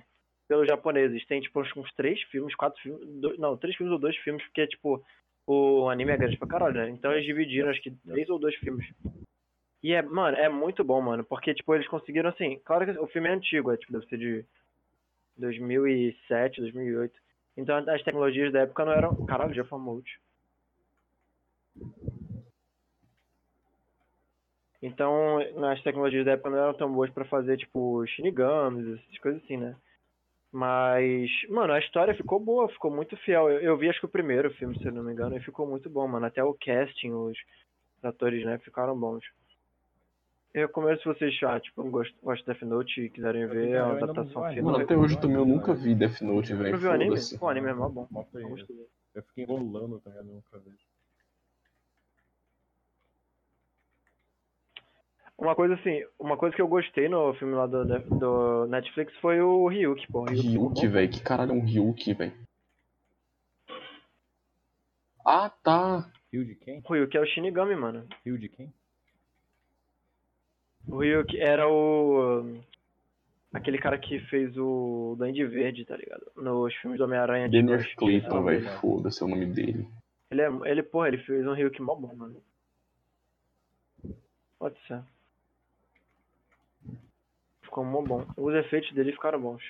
pelos japoneses. Tem, tipo, acho que uns três filmes, quatro filmes. dois- não, três filmes ou dois filmes, porque, tipo, o anime é grande pra caralho, né? Então eles dividiram, acho que três ou dois filmes. E é, mano, é muito bom, mano. Porque, tipo, eles conseguiram, assim. Claro que o filme é antigo, é, tipo, deve ser de 2007, 2008. Então as tecnologias da época não eram. Caralho, já foi multi. Então, as tecnologias da época não eram tão boas pra fazer, tipo, shinigamis, essas coisas assim, né? Mas, mano, a história ficou boa, ficou muito fiel. Eu, eu vi, acho que o primeiro filme, se eu não me engano, e ficou muito bom, mano. Até o casting, os atores, né, ficaram bons. Eu recomendo se vocês, ah, tipo, gostam gosto de Death Note e quiserem ver
tenho- eu ainda
a
não vi o
adaptação né?
anime.
final.
Mano, até hoje também eu nunca vi Death Note,
Não
velho.
viu o anime?
Foda-se.
Pô, o anime é mó bom.
Mó feio.
Eu gostei.
Eu fiquei enrolando, tá ligado? Eu Nunca vi.
Uma coisa assim, uma coisa que eu gostei no filme lá do, do Netflix foi o Ryuk, pô. O Ryuk ficou
Ryuk,
bom.
velho. Que caralho é um Ryuk, velho? Ah, tá.
Rio de quem?
O Ryuk é o Shinigami, mano.
Rio de quem?
O Ryuk era o. Aquele cara que fez o Duende Verde, tá ligado? Nos filmes do Homem-Aranha de
Dennis Clayton,
Ah,
velho.
mano.
Foda-se é o nome dele.
Ele, é, ele, porra, ele fez um Ryuk mó bom, mano. Pode ser. Ficou mó bom. Os efeitos dele ficaram bons.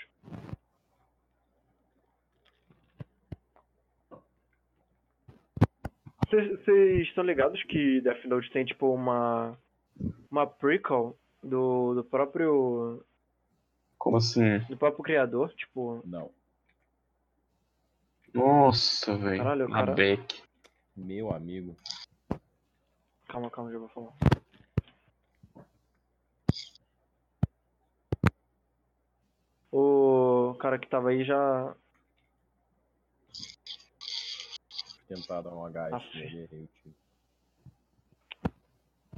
Vocês estão ligados que Death Note tem, tipo, uma. Uma prequel do, do próprio.
Como assim?
Do próprio criador, tipo.
Não.
Nossa, velho.
Caralho,
Na
cara-
Beck.
Meu amigo.
Calma, calma, já vou falar. O cara que tava aí já.
Tentar dar um
Ah,
HS
sim.
nele aí, eu tiro.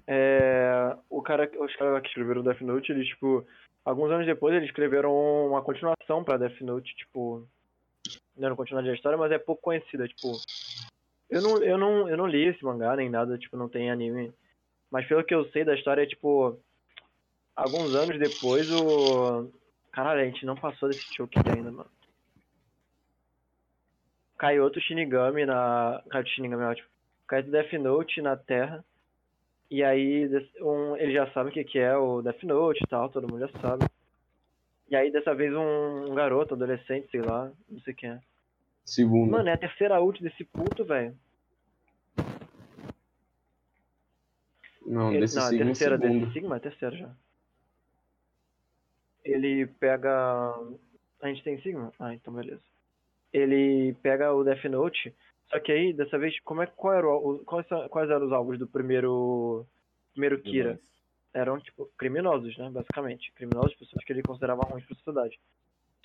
é, o cara, os caras que escreveram Death Note, eles, tipo, alguns anos depois eles escreveram uma continuação pra Death Note, tipo, né, não continuar a história, mas é pouco conhecida, tipo, eu não, eu não, eu não li esse mangá nem nada, tipo, não tem anime, mas pelo que eu sei da história, é, tipo, alguns anos depois o... Caralho, a gente não passou desse choke ainda, mano. Cai outro Shinigami na... Cai outro Shinigami, ótimo. Cai outro Death Note na Terra. E aí, des- um, ele já sabe o que, que é o Death Note e tal, todo mundo já sabe. E aí, dessa vez, um, um garoto, adolescente, sei lá, não sei quem é.
Segundo.
Mano, é a terceira ult desse puto, velho.
não,
Ele-
desse
não, é a
signo,
terceira
segundo.
desse Sigma, é a terceira já. Ele pega. A gente tem Sigma? Ah, então beleza. Ele pega o Death Note, só que aí, dessa vez, como é, qual era o, o- quais, são- quais eram os alvos do primeiro. Primeiro Kira? Eram, tipo, criminosos, né? Basicamente. Criminosos, pessoas que ele considerava ruins pra sociedade.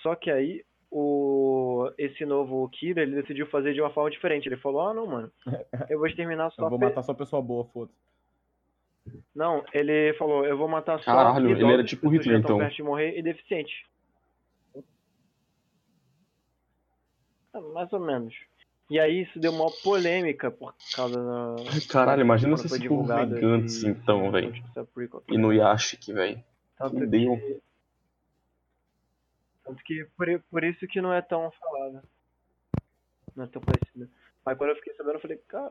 Só que aí, o esse novo Kira, ele decidiu fazer de uma forma diferente. Ele falou: ah, não, mano, eu vou exterminar só
Eu vou
pe-
matar só pessoa boa, foda-se.
não, ele falou, eu vou matar só
Caralho,
idosos,
ele era tipo
pessoas que
Hitler,
já tão
então.
perto de morrer e deficiente. Ah, Mais ou menos. E aí isso deu uma polêmica por causa da...
Caralho, imagina
quando
se
foi
esse povo
divulgado
Vegantes,
esse-
então, velho.
essa prequel.
E no Yashik, velho.
Tanto
que
que-
deu.
Tanto que por, i- por isso que não é tão falada. Não é tão conhecida. Mas quando eu fiquei sabendo, eu falei, cara...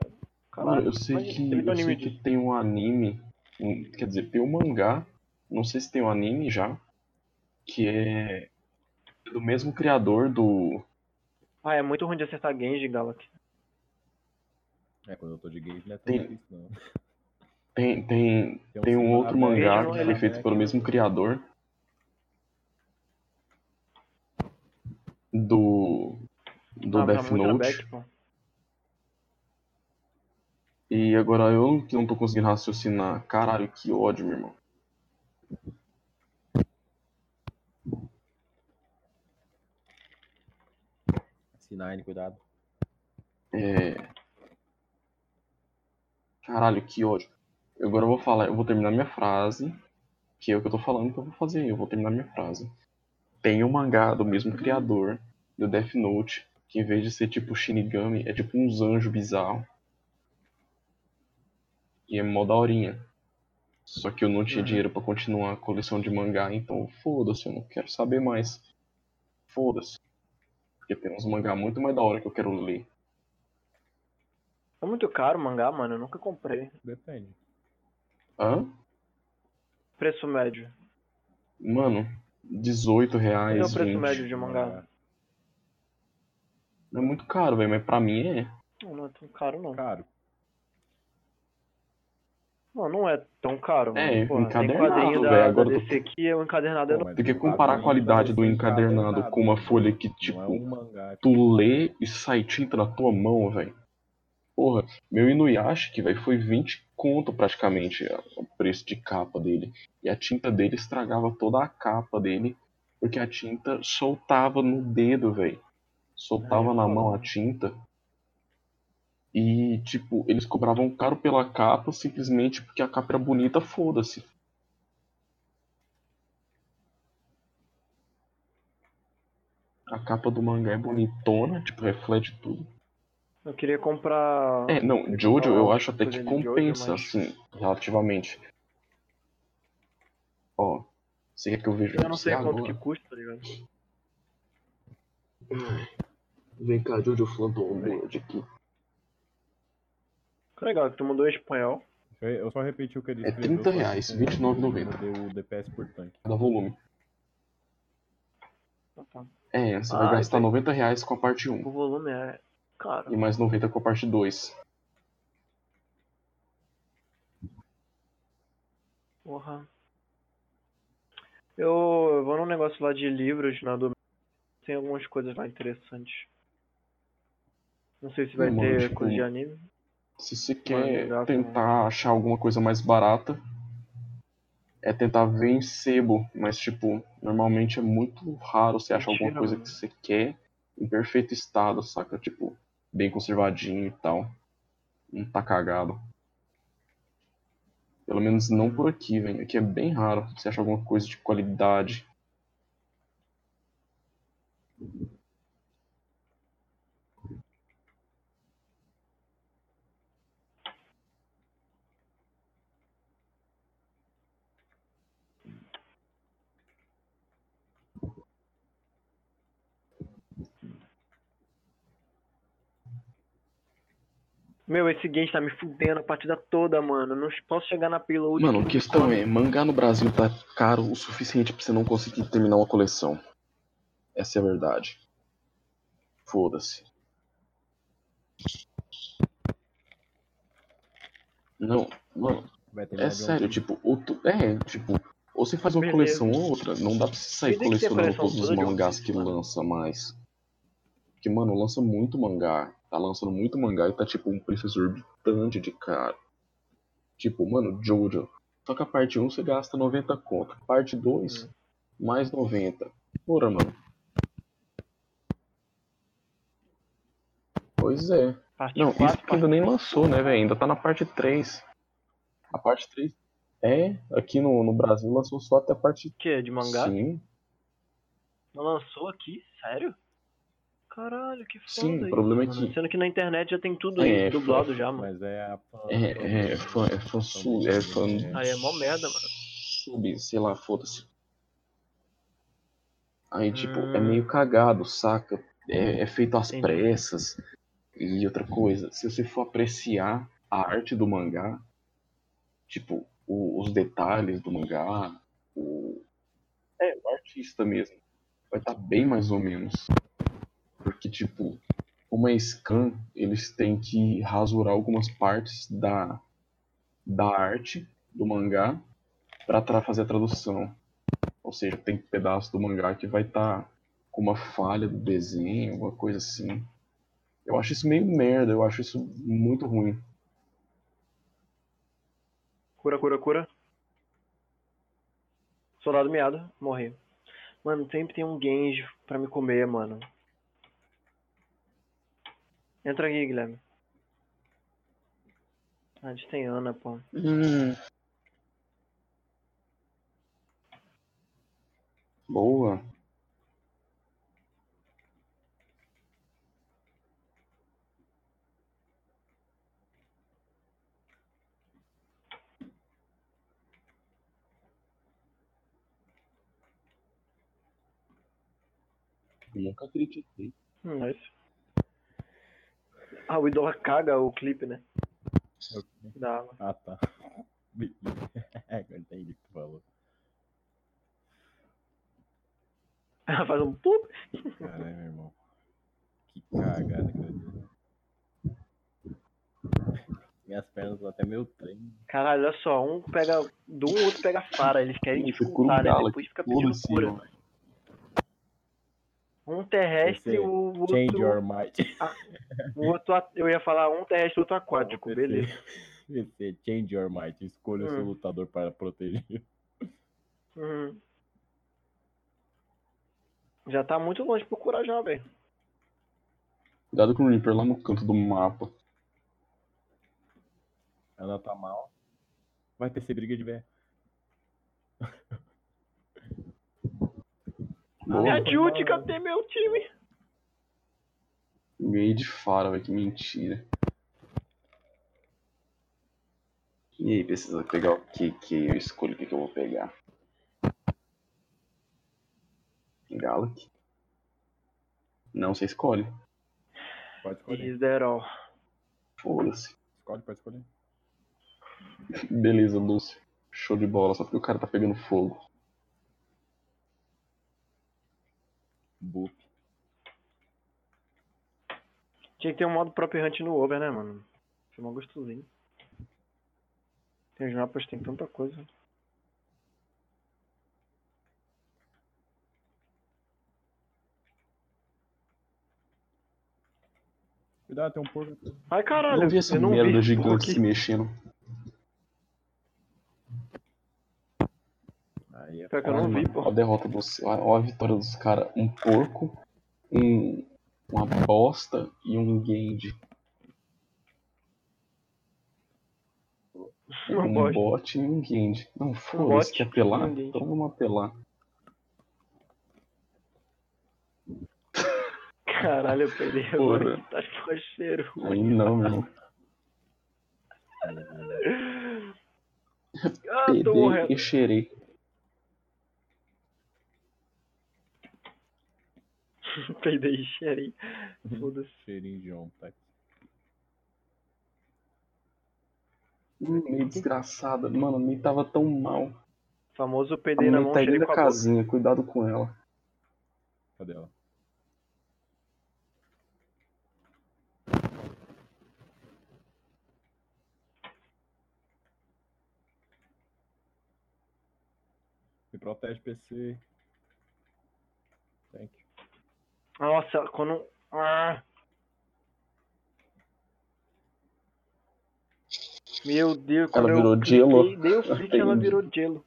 Cara,
Caralho,
eu sei
imagina,
que,
teve um
eu sei
anime
que
disso.
tem um anime, um- quer dizer, tem um mangá, não sei se tem um anime já, que é do mesmo criador do.
Ah, é muito ruim de acertar Genji, Galak.
É, quando eu tô de gay, não é tão
Tem-
difícil, não.
Tem, tem, tem um
Sigma
outro
Black,
mangá que
não, é
Sigma
foi
ele- né?
feito
Black,
pelo mesmo criador. Do. Do
ah, mas
Death
é muito na
Note.
back, pô.
E agora eu que não tô conseguindo raciocinar. Caralho, que ódio, meu irmão.
Sinine, cuidado.
É... Caralho, que ódio. Eu Agora eu vou falar, eu vou terminar minha frase, que é o que eu tô falando que eu vou fazer, eu vou terminar minha frase. Tem um mangá do mesmo criador, do Death Note, que em vez de ser tipo Shinigami, é tipo uns anjos bizarros. E é mó daorinha. Só que eu não tinha
Uhum.
dinheiro pra continuar a coleção de mangá, então foda-se, eu não quero saber mais. Foda-se. Porque tem uns mangá muito mais da hora que eu quero ler.
É muito caro o mangá, mano. Eu nunca comprei.
Depende.
Hã?
Preço médio.
Mano, 18 reais.
Quanto é o preço
20.
médio de um mangá?
É muito caro, velho, mas pra mim é.
Não, não é tão caro, não.
Caro.
Não, não é tão caro, mano.
É,
Porra, tem
encadernado,
quadrinho da,
velho,
da
agora eu tô-
DC que o encadernado é
Pô,
no...
mas
Porque
um
comparar a
quadrinho
qualidade do
parece
encadernado com uma folha que,
é Não é um
tipo,
mangá. é
tu lê e sai tinta na tua mão, velho. Porra, meu Inuyashiki, velho, foi 20 conto praticamente a- o preço de capa dele. E a tinta dele estragava toda a capa dele, porque a tinta soltava no dedo, velho. Soltava
Aí é
na
foda,
mão a
né?
tinta. E, tipo, eles cobravam caro pela capa simplesmente porque a capa era bonita, foda-se. A capa do mangá é bonitona, tipo, reflete tudo.
Eu queria comprar...
É, não, Jojo eu
Ó,
acho até que
coisa de Jojo,
compensa,
mas-
assim, relativamente. Ó, você quer que eu veja
Eu não sei
você
quanto
É, agora?
que custa, tá ligado?
Vem cá, Jojo falando onde aqui.
Que Tá legal, que tu mandou em espanhol.
Eu eu só repeti o que ele
É 30 reais,
só que com-
29,90.
Deu o DPS por tanque.
Cada volume.
Ah, tá.
É, você
Ah,
vai gastar
entendi.
90 reais com a parte 1
O volume é... Cara,
e mais 90 com a parte 2.
porra. Eu, eu vou num negócio lá de livros na do... Tem algumas coisas lá interessantes. Não sei se vai
Mano,
ter
tipo,
coisa de anime.
Se você
dá
quer
também.
tentar achar alguma coisa mais barata, é tentar ver em sebo, mas tipo, normalmente é muito raro você achar alguma
Mentira,
coisa
mano.
que você quer em perfeito estado, saca? Tipo, bem conservadinho e tal. Não tá cagado. Pelo menos
Uhum.
não por aqui, velho. Aqui é bem raro você achar alguma coisa de qualidade.
Meu, esse game tá me fudendo a partida toda, mano. Não posso chegar na pila
Mano, a questão é, mangá no Brasil tá caro o suficiente pra você não conseguir terminar uma coleção. Essa é a verdade. Foda-se. Não, mano,
Vai ter
é sério, tipo, ou tu- é, tipo, ou você faz uma
Beleza.
coleção ou outra, não dá pra você sair
Tem que ter
colecionando
coleção
todos os
toda de One
mangás
Piece,
que
mano.
lança mais. Porque, mano, lança muito mangá. Tá lançando muito mangá e tá, tipo, um preço exorbitante de cara. Tipo, mano, Jojo. Só que a parte 1 você gasta 90 conto. Parte 2,
Hum.
mais 90. Porra, mano. Pois é.
Parte
Não, isso
quatro,
porque ainda nem lançou, né, velho? Ainda tá na parte 3. A parte 3 é, aqui no, no Brasil lançou só até a parte
parte quê? De mangá?
Sim,
Não lançou aqui? Sério? Caralho, que foda
sim, o
isso,
problema é
mano.
que
Sendo que na internet já tem tudo
É,
aí
é
dublado
foda,
já, mano.
Mas é a fã.
É, é, é fã, é fã sul, é fã.
Aí é mó merda, mano.
Sub, sei lá, foda-se. Aí, tipo, é
Hum.
meio cagado, saca? É, é feito às
Entendi.
pressas. E outra coisa, se você for apreciar a arte do mangá, tipo, o- os detalhes do mangá, o. É, o artista mesmo. Vai estar bem mais ou menos. Porque, tipo, uma scan, eles têm que rasurar algumas partes da, da arte do mangá pra tra- fazer a tradução. Ou seja, tem pedaço do mangá que vai tá estar com uma falha do desenho, alguma coisa assim. Eu acho isso meio merda, eu acho isso muito ruim.
Cura, cura, cura. Soldado meado, morri. Mano, sempre tem um Genji pra me comer, mano. Entra aqui, Guilherme. A gente tem Ana, pô.
Boa. Nunca critiquei.
Hum, é isso. Ah, o Idola caga o clipe, né?
Eu-
Da água.
Ah, tá. Agora entendi o que tu falou.
Ela faz um pup.
Caralho, meu irmão. Que cagada que eu dei. Minhas pernas vão até meu trem.
Caralho, olha só. Um pega do um, outro pega fara. Eles querem
Ih, foi
dificultar, né?
Kurungala,
Depois fica pedindo
Foda-se,
cura.
ó.
Um terrestre
Esse-
o outro.
Change your mind.
O Um outro a- eu ia falar um terrestre, outro aquático, beleza.
Você é change your might, escolha o seu
Hum.
lutador para proteger.
Uhum. Já tá muito longe pro curar já, velho.
Cuidado com o Reaper lá no canto do mapa.
Ela tá mal. Vai ter essa briga de ver.
Me
Boa.
Ai.
ajude, cadê meu time?
Meio de fara, velho. Que mentira. E aí, precisa pegar o que que eu escolho o que que eu vou pegar. Galak. Não, você escolhe.
Pode escolher.
Is that all?
Foda-se.
Escolhe, pode escolher.
Beleza, Lúcio. Show de bola, só porque o cara tá pegando fogo.
Boop.
Tinha que ter um modo próprio hunt no over, né, mano? Foi mó gostosinho. Tem os mapas, tem tanta coisa.
Cuidado, tem um porco.
Ai,
Eu
caralho,
não vi essa
eu não
merda
vi.
gigante
Por
se
quê?
mexendo.
Aí é
Pior que eu não
Olha,
vi,
mano,
pô.
Olha a derrota do Olha a vitória dos caras. Um porco, um, uma bosta e um Genji.
Uma
um
bosta.
bot e um Genji. Não,
bot
foda-se, quer apelar?
e um Genji.
Então vamos apelar.
Caralho, eu perdi agora. Tá de parceiro.
Aí não, meu irmão.
Ah, tô
PD
morrendo.
e cheirei.
Peidei, cheirei.
Uhum.
Foda-se.
Cheirinho de tá? ontem.
Hum, meio desgraçada. Mano, nem tava tão mal.
Famoso
A
peidei na
mãe
mão,
tá
cheirei
indo
com
da
a boca.
casinha, cuidado com ela.
Cadê ela? Me protege, PC. Thank you.
Nossa, quando. Ah. Meu Deus, quando
virou
eu
gelo.
cliquei, Dei o clique, ela
Entendi.
virou gelo.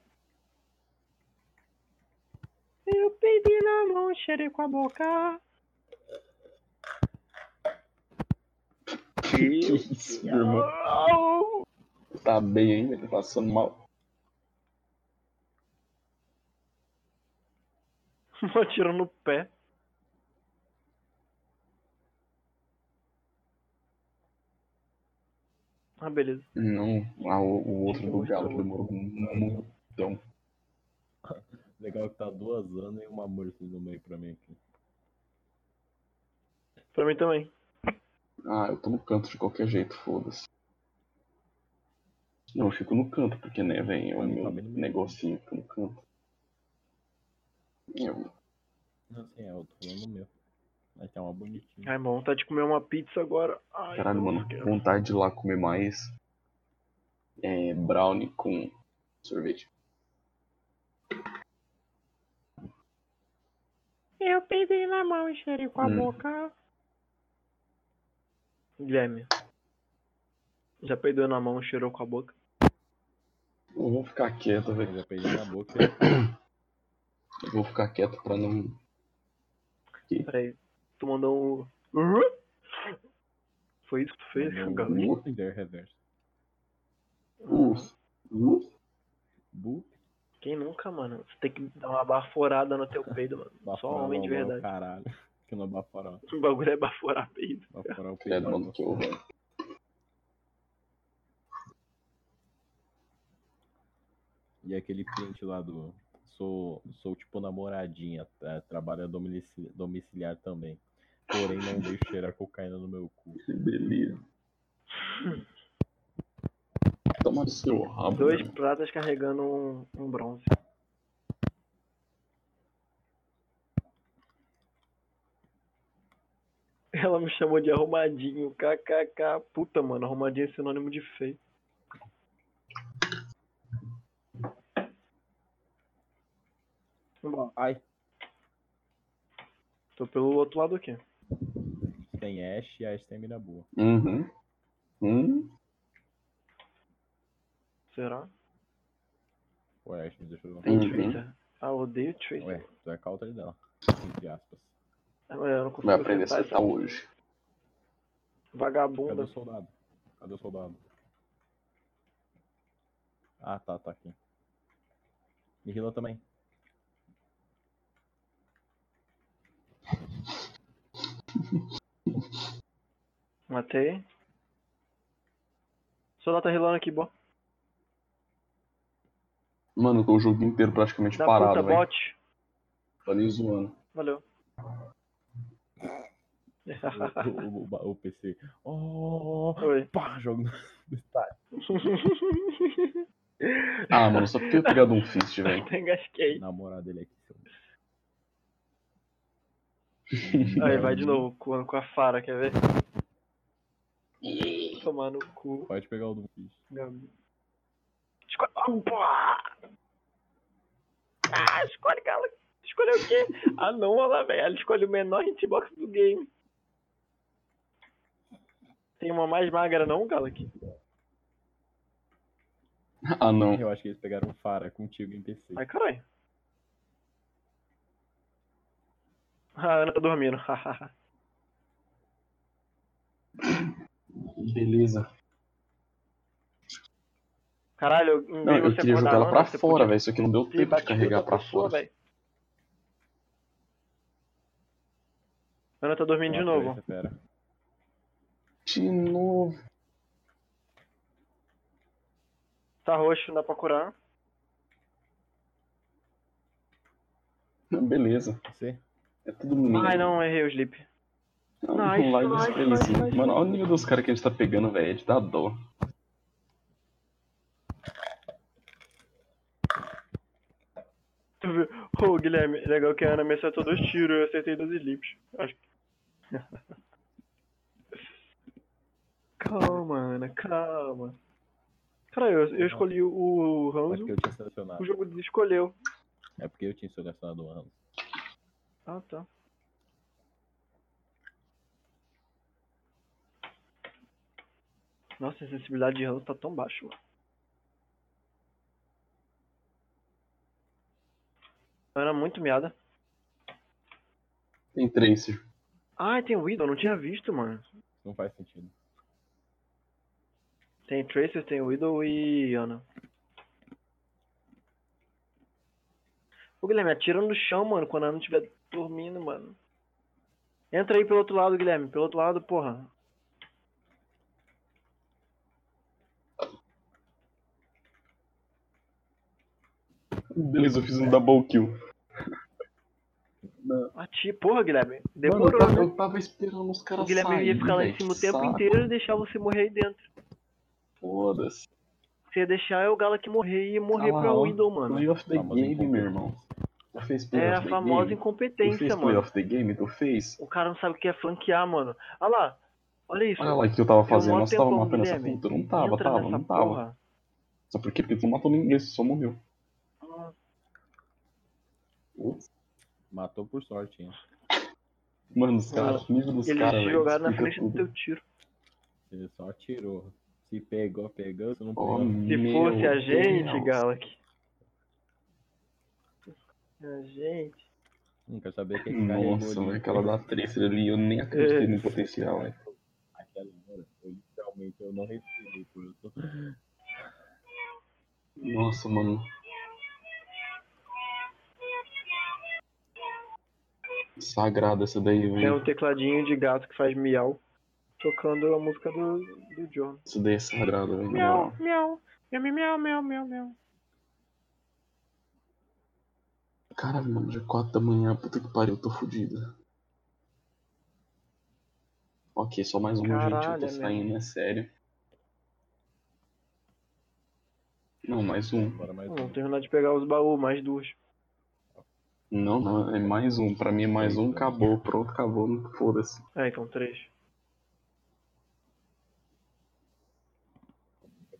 Eu peidei na mão, cheirei com a boca.
Que isso, meu irmão.
Au!
Tá bem ainda, tá passando mal.
Mó tiro no pé. Ah, beleza.
Não, ah, o, o outro do Galo que demorou muito.
Legal que tá duas anos e uma Mercy no meio pra mim aqui.
Pra mim também.
Ah, eu tô no canto de qualquer jeito, foda-se. Não, eu fico no canto, porque, né, velho, é o meu negocinho, fica no canto. Eu-
Não, assim, é, eu tô falando o meu. Mas tá uma bonitinha.
Ai, mano, vontade de comer uma pizza agora. Ai,
caralho,
não,
mano,
porque-
vontade de ir lá comer mais é, brownie com sorvete.
Eu peidei na mão e cheirei com
a Hum.
boca. Guilherme. Já peidou na mão e cheirou com a boca?
Eu vou ficar quieto,
Eu
velho.
já peguei na boca.
Eu vou ficar quieto pra não.
Peraí. Tu mandou um. Uhum? Foi isso que tu fez?
Não,
Gabi?
não, Tinder reverso.
Uf. Uf.
Bu,
Quem nunca, mano? Você tem que dar uma baforada no teu peido, mano. Só
baforol,
homem de
não,
verdade.
Caralho. Que não é baforol.
O bagulho é baforar peido.
Baforol
É,
peidão.
mano, que horror.
E aquele print lá do. Sou, sou tipo namoradinha, tá? trabalho domicili- domiciliar também. Porém, não deixo cheirar cocaína no meu cu.
Que delírio. Toma no seu rabo.
Dois
velho.
pratas carregando um, um bronze. Ela me chamou de arrumadinho, kkk. Puta, mano, arrumadinho é sinônimo de feio. Vambora.
Ai.
Tô pelo outro lado aqui.
Tem Ash e Ash tem mira boa.
Uhum. Hum.
Será?
O Ash me deixou.
Tem
Uhum.
Twitter. Ah, eu odeio Twitter.
Ué, tu é counter dela. Entre aspas.
Ah, mas Eu não consigo
Vai aprender a
acertar
acertar
essa
hoje.
Cadê
Vagabunda.
o soldado? Cadê o soldado? Ah, tá, tá aqui. Me heala também.
Matei. Soldado tá rilando aqui, bó.
Mano, eu tô o jogo inteiro praticamente
Da
parado,
puta,
velho.
bot.
Tô ali zoando.
Valeu.
O, o- o- o PC. Oh,
Oi.
pá, jogo no estádio.
Ah, mano, só porque eu pegado um fist, velho.
Até engasquei.
Namorado dele aqui. seu-
Aí, vai de novo com, com a Fara, quer ver? Tomar no cu.
Pode pegar o do Fish.
Gabi. Escolhe. Ah, porra! Ah, escolhe, cara. Escolheu o quê? Ah, não, olha lá, velho. Ela escolhe o menor hitbox do game. Tem uma mais magra, não, Galak?
Ah, não.
Eu acho que eles pegaram o Fara contigo em PC.
Ai, caralho. A Ana tá dormindo.
Beleza.
Caralho, em
Não,
vez de
eu
você
queria jogar
acordar
ela pra
antes, você
fora,
podia
velho. Isso aqui não deu
ter
tempo de
batido
carregar
outra
pra
pessoa,
fora.
velho. Ana tá dormindo de
Ah,
novo.
peraí, Pera.
De novo.
Tá roxo, não dá pra curar.
Beleza.
Você?
É tudo meu. É um
Ai, não, errei o sleep.
Não,
Nice,
lá
nice,
dos três,
nice,
assim.
nice.
Mano, olha o nível dos caras que a gente tá pegando, velho. Ele dá dó.
Tu viu? Ô, Guilherme, legal que a Ana me acertou dois tiros, eu acertei dois slips. Acho que... calma, Ana, calma. Cara, eu, eu escolhi o
Mas
Ranzo,
que eu tinha selecionado.
o jogo desescolheu.
É porque eu tinha selecionado o Ramos.
Ah, tá. Nossa, a sensibilidade de Ranzo tá tão baixa, mano. Ana, muito miada.
Tem três. Sérgio.
Ah, tem Widow, não tinha visto, mano.
Não faz sentido.
Tem Tracer, tem Widow e Ana. Ô Guilherme, atira no chão, mano, quando a Ana estiver dormindo, mano. Entra aí pelo outro lado, Guilherme. Pelo outro lado, porra.
Beleza, eu fiz um double kill.
Atira, porra, Guilherme.
Mano, eu
Demorou,
tava,
né?
eu tava esperando os
O
caras
Guilherme
saírem.
ia ficar lá em
velho,
cima o
que
tempo
saco.
inteiro e deixar você morrer aí dentro.
Foda-se.
Se ia deixar, é o Gala que morrer e ia morrer
Ah lá,
pra
ó.
Widow, mano.
Playoff the
Famosa
game,
incompetência.
meu irmão. Já fez
É
playoff
a
the
famosa
game? Tu fez
incompetência, mano.
playoff the game? Tu fez?
O cara não sabe o que é flanquear, mano. Olha lá. Olha isso.
Olha lá o que eu tava fazendo.
mó
Nós tava
tempão,
matando essa
Guilherme.
puta. Não tava,
Entra
tava,
nessa
não tava.
porra.
Só por quê? Porque tu não matou ninguém, você só morreu.
Matou por sorte, hein?
Mano, os caras, o nível dos
Eles
caras. velho,
jogaram na
explica
frente do
tudo.
teu tiro.
Ele só atirou. Se pegou, pegou. Se não
Oh,
pegou,
Se
meu
fosse a gente,
Deus.
Galak. A gente.
não quero saber quem carregou
Nossa,
ali.
velho, aquela da Tracer ali, eu nem
É.
acreditei no potencial, velho.
Aquela hora, eu literalmente eu não respirei por isso.
Nossa, mano. Sagrada essa daí,
É
velho.
um tecladinho de gato que faz miau. Tocando a música do, do John.
Essa daí é sagrada, velho. na moral.
miau. Miau, miau, miau, miau, miau.
Cara, mano, já é 4 da manhã, puta que pariu, eu tô fudido. Ok, só mais um, gente, eu
Caralho,
tô
é
saindo, é sério. Não, mais um.
Bora mais
Não
um.
terminar de pegar os baús, mais duas.
Não, não, é mais um. Pra mim é mais um, acabou, pronto, acabou, não- foda-se.
Ah, então três.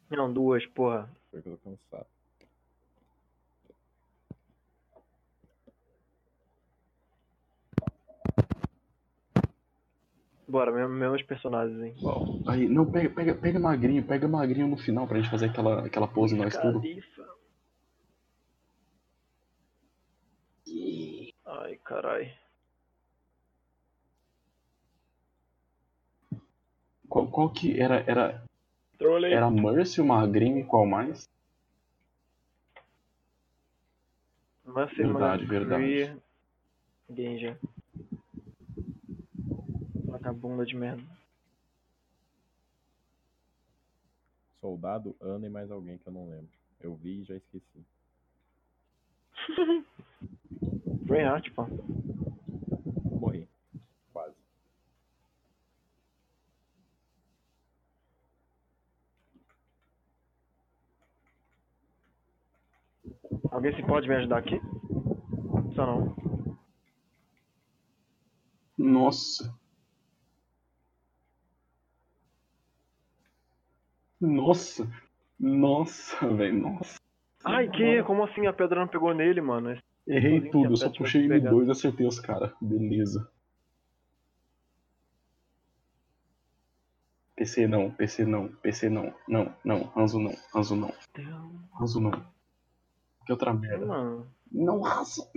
Não, duas, porra.
Porque eu tô cansado.
Bora, mesmo, mesmos personagens, hein.
Bom, Aí, não, pega, pega, pega magrinho, pega magrinho no final pra gente fazer aquela, aquela pose nós tudo.
Califa. Ai, carai.
Qual, qual que era, era,
Trolei.
era Mercy, o magrinho e qual mais? Verdade, verdade.
Genja. Vagabunda de merda.
Soldado, Ana e mais alguém que eu não lembro. Eu vi e já esqueci.
Reinhardt, pô.
Morri. Quase.
Alguém se pode me ajudar aqui? Só não.
Nossa. Nossa. Nossa, velho, nossa.
Ai, que? Como assim a pedra não pegou nele, mano? Esse-
Errei
Sozinho
tudo, eu
que a
só
Pet vai
puxei
pegar.
M2 e acertei os caras. Beleza. PC não, PC não, PC não, não, não, Ranzo não, Ranzo não, Ranzo não. Que outra merda.
Mano,
Não, Ranzo.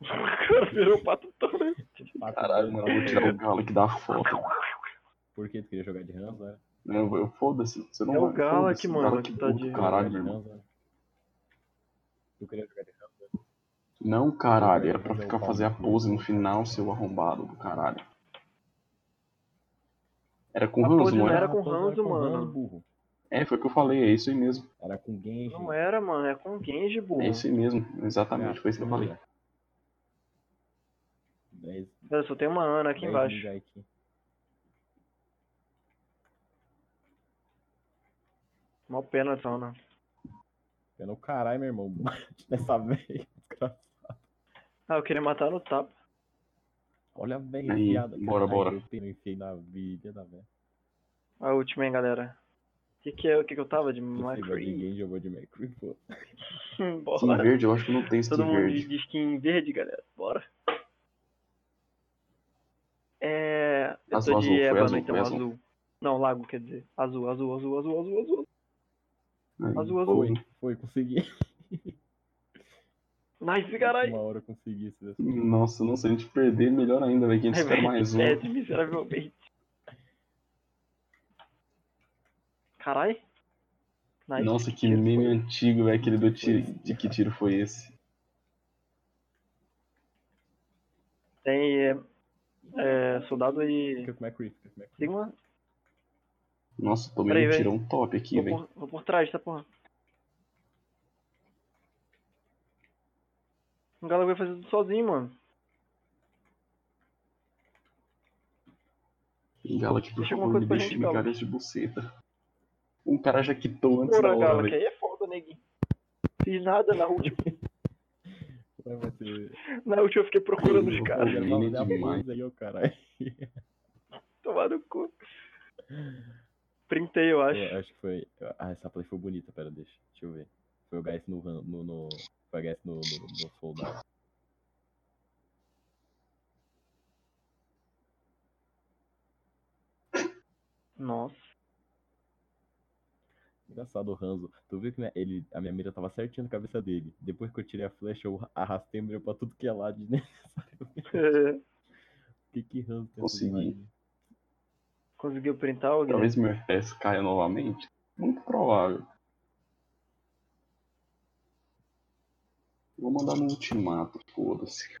o cara virou pato Donald.
Pato
Caralho, mano, eu vou tirar o galo que dá foto.
Por que tu queria jogar de Ranzo, era?
Eu, eu foda-se, você não
É o
vai-
galo
foda-se,
aqui, mano,
galo
que
que
tá
puto,
de-
Caralho, meu
de
irmão.
Ranzo, era? Tu queria jogar de Ranzo?
Não, caralho, era pra
Fazer o
ficar
pau
fazer a
no cu.
pose no final, seu arrombado do caralho. Era com
A
Hans,
pose
não
não
era?
era com Hanzo, mano.
burro.
É, foi o que eu falei, é isso aí mesmo.
Era com Genji.
Não era, mano, é com Genji, burro.
É isso aí mesmo, exatamente, foi isso que eu falei.
Dez-
Cara, só tem uma Ana aqui
dez
embaixo.
liga aqui.
Mó pena dessa Ana.
Pelo caralho, meu irmão. Nessa velha.
Ah, eu queria matar no tapa.
Olha a velha
Aí,
enfiada.
bora,
Caralho,
bora.
Eu pe- enfiei na vida tá da velha.
A última, hein, galera. O que, que é? O que, que eu tava de
Você gosta de
McCree?
Genji, eu vou de McCree, pô. Uhum.
Skin
Bora.
verde, eu acho que não tem skin
Todo mundo
verde.
de skin verde, galera. Bora. É. Eu tô
Azul, azul,
de
foi
Ébano,
azul,
então
foi
azul.
azul.
Não, lago, quer dizer. Azul, azul, azul, azul, azul, azul.
Aí,
azul, azul.
foi.
Foi, consegui.
Nice, caralho.
Uma hora eu consegui esse desse.
Nossa, não, se a gente perder, melhor ainda, velho, que
É
a gente espera mais um.
Perde miseravelmente. Caralho. Nice.
Nossa, que meme antigo, velho, aquele do tiro. De que tiro foi esse?
Tem é, é, soldado e
Fica com o McCree, fica com o McCree.
Sigma.
Nossa, tomei
Peraí,
um
velho.
tirão top aqui,
Vou
velho.
por, vou por trás dessa porra. O Galo vai fazer tudo sozinho, mano.
Bengala que, por
Deixa
favor,
alguma
me
coisa pra
deixe
gente, Galo.
migalhas de buceta. Um cara já quitou antes né? da
Bora,
hora,
Galo, que
velho.
aí é foda, neguinho. Fiz nada na última.
Vai você.
Na última eu fiquei procurando os
Eu
caras.
quero
Menino
validar
demais.
vocês aí, ô caralho.
Tomar no cu. Printei, eu
É.
acho.
Eu acho que foi. Ah, essa play foi bonita, pera, deixa. Deixa eu ver. Foi o HS no. ran- no, no... Foi o HS no, no, no soldado.
Nossa.
Engraçado o Ranzo. Tu viu que minha- ele, a minha mira tava certinha na cabeça dele. Depois que eu tirei a flecha, eu arrastei a mira pra tudo que é lado. Né? O que que Ranzo tem
Consegui.
Conseguiu printar o Guilherme?
Talvez meu FPS caia novamente. Muito provável. Vou mandar no ultimato, foda-se.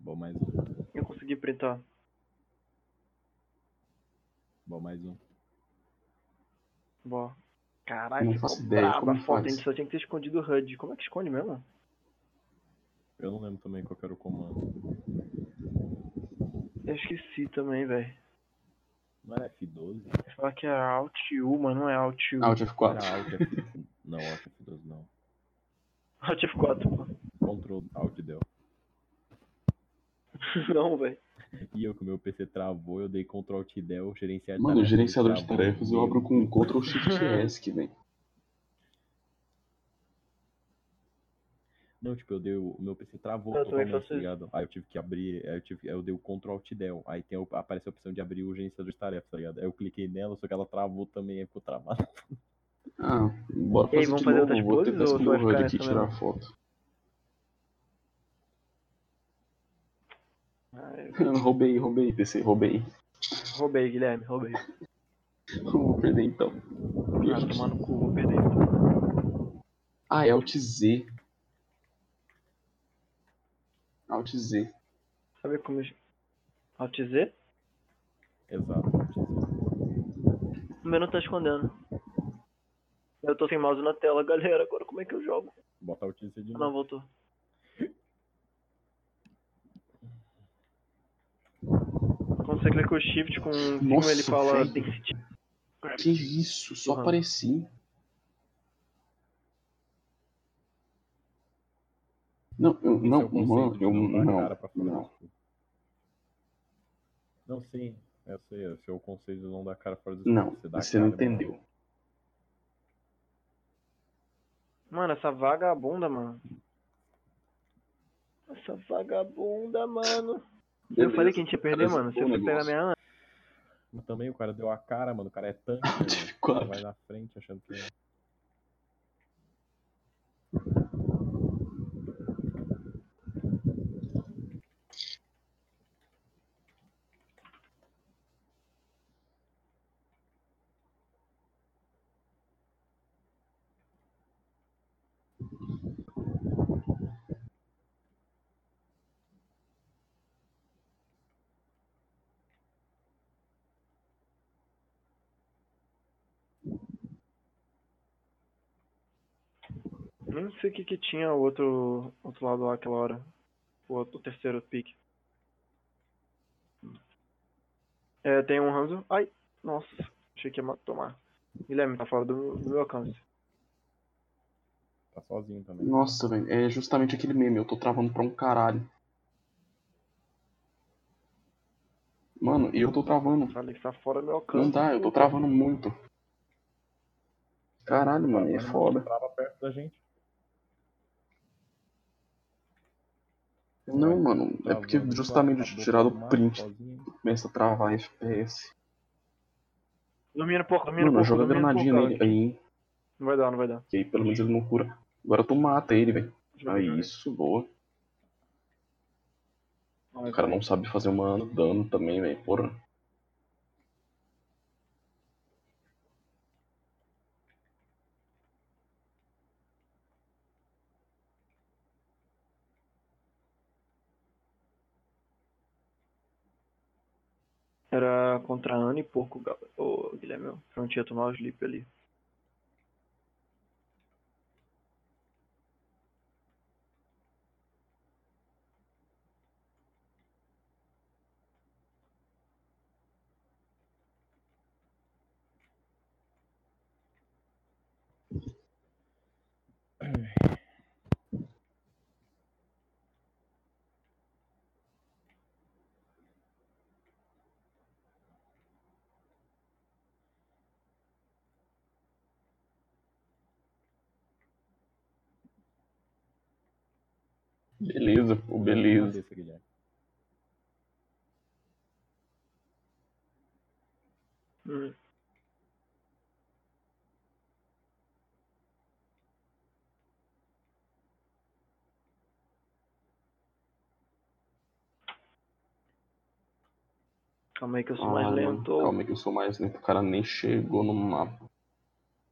Bom, mais um.
Eu consegui printar.
Bom, mais um.
Boa. Caralho,
Não
ficou
faço ideia de
braba
como
a foto. A
faz.
gente só tinha que ter escondido o HUD. Como é que esconde mesmo?
Eu não lembro também qual que era o comando.
Eu esqueci também, velho.
Não era F12?
Falar que é Alt U, mano, não é Alt U.
Alt F4.
Era Alt F... Não, Alt F12 não.
Alt F4, pô.
Ctrl Alt deu.
Não, velho.
E eu que o meu PC travou, eu dei Ctrl Alt Del,
Ah,
gerenciar
tá
Mano,
tarefas,
gerenciador de
travou,
tarefas eu
meu
abro com um Ctrl Shift ESC, velho.
Não, tipo, eu dei o o meu PC travou
Eu também
totalmente,
faço
tá ligado? Aí eu tive que abrir, aí eu, tive, aí eu dei o Ctrl Alt Del. Aí tem, o- aparece a opção de abrir o gerenciador de tarefas, tá ligado? Aí eu cliquei nela, só que ela travou também, aí ficou travado.
Ah, bora
E aí,
fazer
vamos
de
fazer
novo.
outras
Vou
poses
tentar
ou tu
escolher o
vai
HUD aqui
ficar
e
nessa
tirar
mesmo?
foto.
Ah, eu
roubei, roubei, PC, roubei.
roubei, Guilherme, roubei.
Vou perder então.
Ah, tomar no cu, vou perder.
Ah, é Alt Z. Alt Z.
Sabe como... eu- Alt Z?
Exato.
O meu não tá escondendo. Eu tô sem mouse na tela, galera. Agora como é que eu jogo?
Bota Alt Z de novo.
Ah, Não, voltou. Quando você clica o shift com o cima,
Nossa,
ele fala
velho.
density.
Que isso? Só
Uhum.
apareci. Não, eu, não,
Seu é conceito de
eu,
não dar a
não,
cara pra fora,
não.
tipo. Não, sim. Eu sei, eu sei o conceito de não dar cara fora do
Não,
escuro, dá a
você não
cara, mano.
entendeu.
Mano, essa vagabunda, mano. Essa vagabunda, mano. Eu
Beleza.
falei que a gente ia perder,
Cara, é
mano. Se
bom
eu for
negócio.
pegar minha Ana.
Mas também o cara deu a cara, mano. O cara é tanque, mano. O cara
Quatro.
vai na frente achando que é.
Nem sei o que, que tinha o outro, outro lado lá aquela hora. O, outro, o terceiro pique. É, tem um Hanzo. Ai, nossa. Achei que ia ma- tomar. Guilherme, tá fora do, do meu alcance.
Tá sozinho também.
Nossa, velho, é justamente aquele meme, eu tô travando pra um caralho. Mano, e eu tô travando.
Falei que tá fora do meu alcance.
Não dá, eu tô travando muito. Caralho, mano, é foda.
Trava perto da gente.
Não, mano, é porque
Travando,
justamente
Tá acabou
de tirar
com
do
o
print
ah, sozinho.
começa a travar FPS.
Domina um pouco, domina um
Mano, é
pouco.
joga
domina um
granadinha
pouco,
nele.
cara.
Aí,
Não vai dar, não vai dar.
que aí pelo menos ele não cura. Agora tu mata ele, velho.
Joga
Ah,
granada.
isso, boa.
Vai,
O cara
vai.
não sabe fazer uma dano também, velho. Porra.
Era contra a Ana e pouco, Gal- ô Guilherme. ó, Pra não tinha tomar o sleep ali.
Beleza, pô, beleza.
Cabeça, Guilherme.
Hum. Calma aí que eu sou mais
Ah, mano,
lento.
Calma aí que eu sou mais lento. O cara nem chegou no mapa.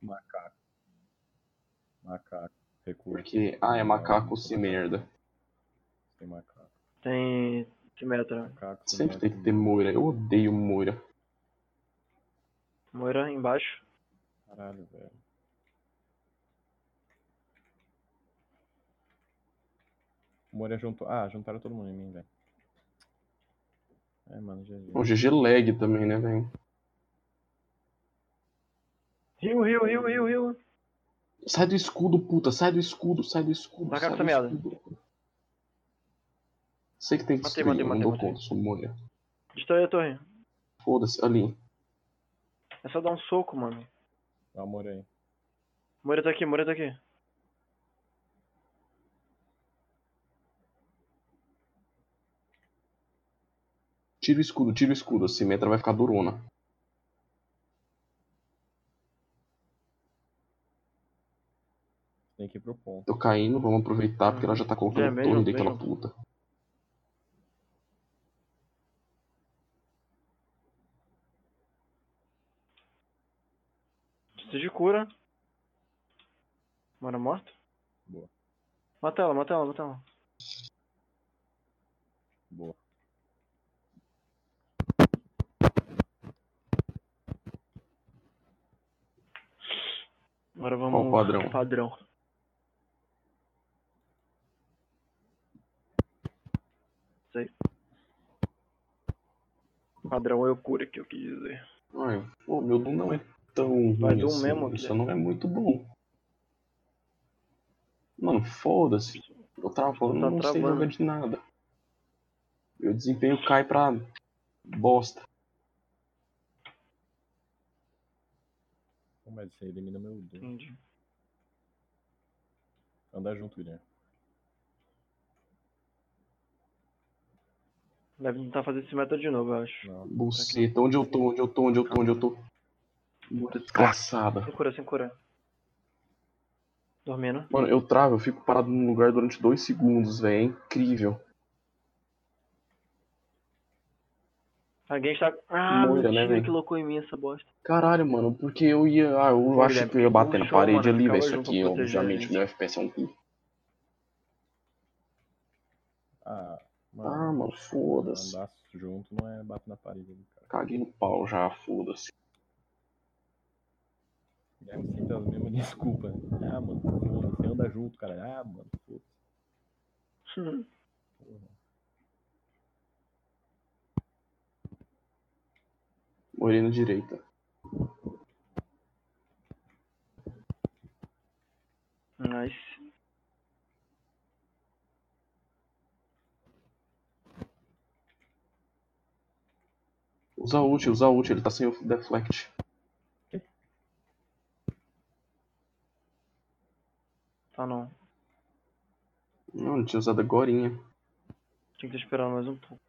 Macaco. Macaco. Recua.
Porque, ah, é macaco se merda.
Tem macaco.
Tem. Que meta?
Macaco sem
Uhum.
Sempre tem que
macaco.
ter moira. Eu odeio moira.
Moira embaixo.
Caralho, velho. O Moria juntou. Ah, juntaram todo mundo em mim, velho. É, mano, GG.
O GG um lag também, né, velho?
Rio, rio, rio, rio, rio.
Sai do escudo, puta. Sai do escudo, sai do escudo.
Macaco
sai do
essa merda.
escudo. Sei que tem que
Matei,
destruir,
matei,
eu não
matei,
dou
matei.
conta, sou moira.
Destrói a torre.
Foda-se, ali.
É só dar um soco, mano.
Dá uma Moria aí.
Moira tá aqui, Moira tá aqui.
Tira o escudo, tira o escudo. A simetra vai ficar durona.
Tem que ir pro ponto.
Tô caindo, vamos aproveitar porque ela já tá colocando
É,
torre
vejam,
daquela
vejam.
puta.
Preciso de cura. Mora morto?
Boa.
Mata ela, mata ela, mata ela.
Boa.
Agora vamos.
Qual o padrão?
Padrão. Sei. Padrão eu cura que eu quis dizer.
Ai, pô, meu Doom não é tão ruim
Vai, Doom
assim,
mesmo, né?
ele só
Guilherme.
não é muito bom. Mano, foda-se. Eu travando,
Tá
não sei
travando.
jogar de nada. Meu desempenho cai pra bosta.
Pô, Mas você elimina meu Deus.
Entendi.
Andar junto, Guilherme.
Deve tentar fazer esse método de novo, eu acho.
Não.
Buceta, onde eu tô, onde eu tô, onde eu tô, onde eu tô. Mura desgraçada.
Sem cura, sem cura. Dormindo.
Mano, eu travo, eu fico parado num lugar durante dois segundos, velho. É incrível.
Alguém está. Ah,
Moira, né,
mentira,
velho?
que loucou em mim essa bosta.
Caralho, mano, porque eu ia. Ah, eu
Ô,
acho
Guilherme,
que eu ia bater na
puxa, mano,
parede ali,
ficava
velho. Isso
junto
aqui,
pra proteger a
obviamente,
gente.
meu FPS é um cu.
Ah, mano.
Ah, mano, foda-se.
Andar junto não é bater na parede, cara.
Caguei no pau já, foda-se.
Guilherme É sempre as mesmas desculpas. né? Ah, mano, foda-se, você anda junto, cara. Ah, mano, foda-se.
Morena direita.
Nice.
Usa ult, usa ult, ele tá sem o deflect.
Tá não.
Não, ele tinha usado agorinha.
Tinha que ter esperado mais um pouco.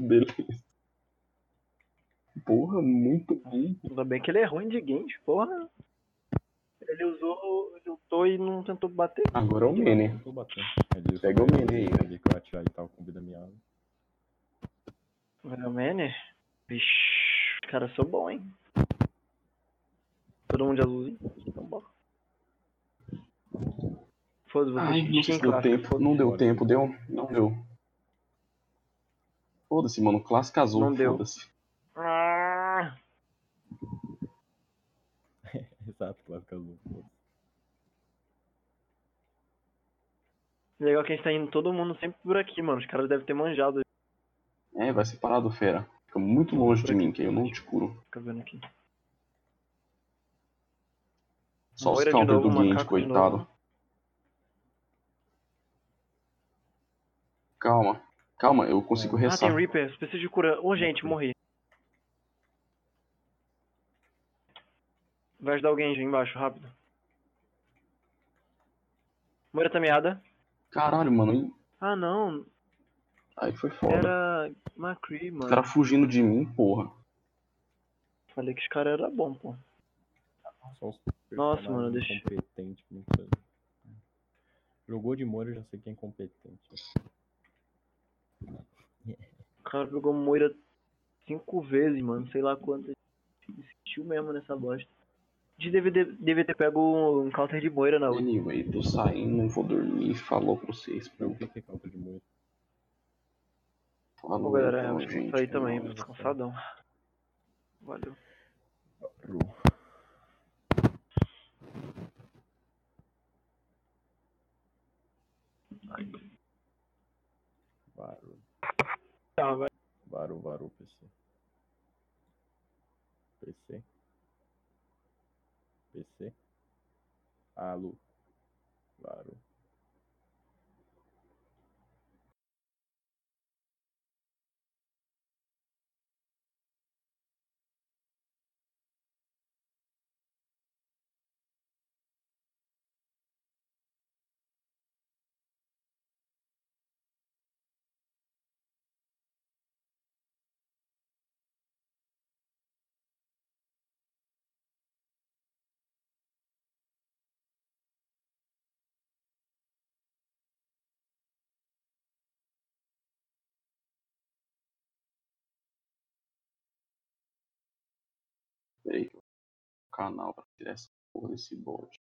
Beleza. Porra, muito bom.
Ainda bem que ele é ruim de games, porra. Ele usou, ele lutou e não tentou bater.
Agora é o Mene.
Eu tô batendo. Ele-
Pega o Mene aí,
Ele que eu atirar e tal, convida minha arma.
Mane? é Vixe, os caras são bons, hein? Todo mundo de azulzinho? Então bora. Foda-se,
Ai,
vocês
não sei se
tinham
deu
classe,
tempo. Não deu tempo, deu? Não deu. Foda-se, mano. Clássica azul.
Não deu.
Foda-se.
Ah,
Exato, clássico azul. foda-se.
legal que a gente tá indo todo mundo sempre por aqui, mano. Os caras devem ter manjado.
É, vai separado, fera. Fica muito longe de mim, que eu não te curo.
Fica vendo aqui.
Só os
Moira de
calvers
novo,
do Gant,
macaco de
um coitado.
novo. né?
Calma. Calma, eu consigo
Ah, tem
ressar.
Reaper. Preciso de cura. Ô, gente, morri. Vai ajudar alguém aí embaixo, rápido. Moira tá meada.
Caralho, mano. hein?
Ah, não.
Aí foi foda.
Era Macri, mano.
Os caras fugindo de mim, porra.
Falei que os caras eram bons, pô.
Só os
Nossa,
personagens
mano, deixa-
incompetentes, muito- Jogou de Moro, eu já sei quem é incompetente.
O cara pegou Moira cinco vezes, mano. Sei lá quantas. Insistiu mesmo nessa bosta. De DVD, devia ter pego um counter de Moira na outra.
Anyway, tô saindo, vou dormir. Falou pra vocês. Pra
Não,
eu
o que que é calça de Moro?
falar
Pô, galera,
então,
eu
gente.
gente, aí também,
Nossa.
tô cansadão. Valeu.
Varo,
Tá, vai.
varo, varo, PC. PC. PC. Alu. Varo.
Peraí, que eu vou no canal pra tirar essa porra desse bode.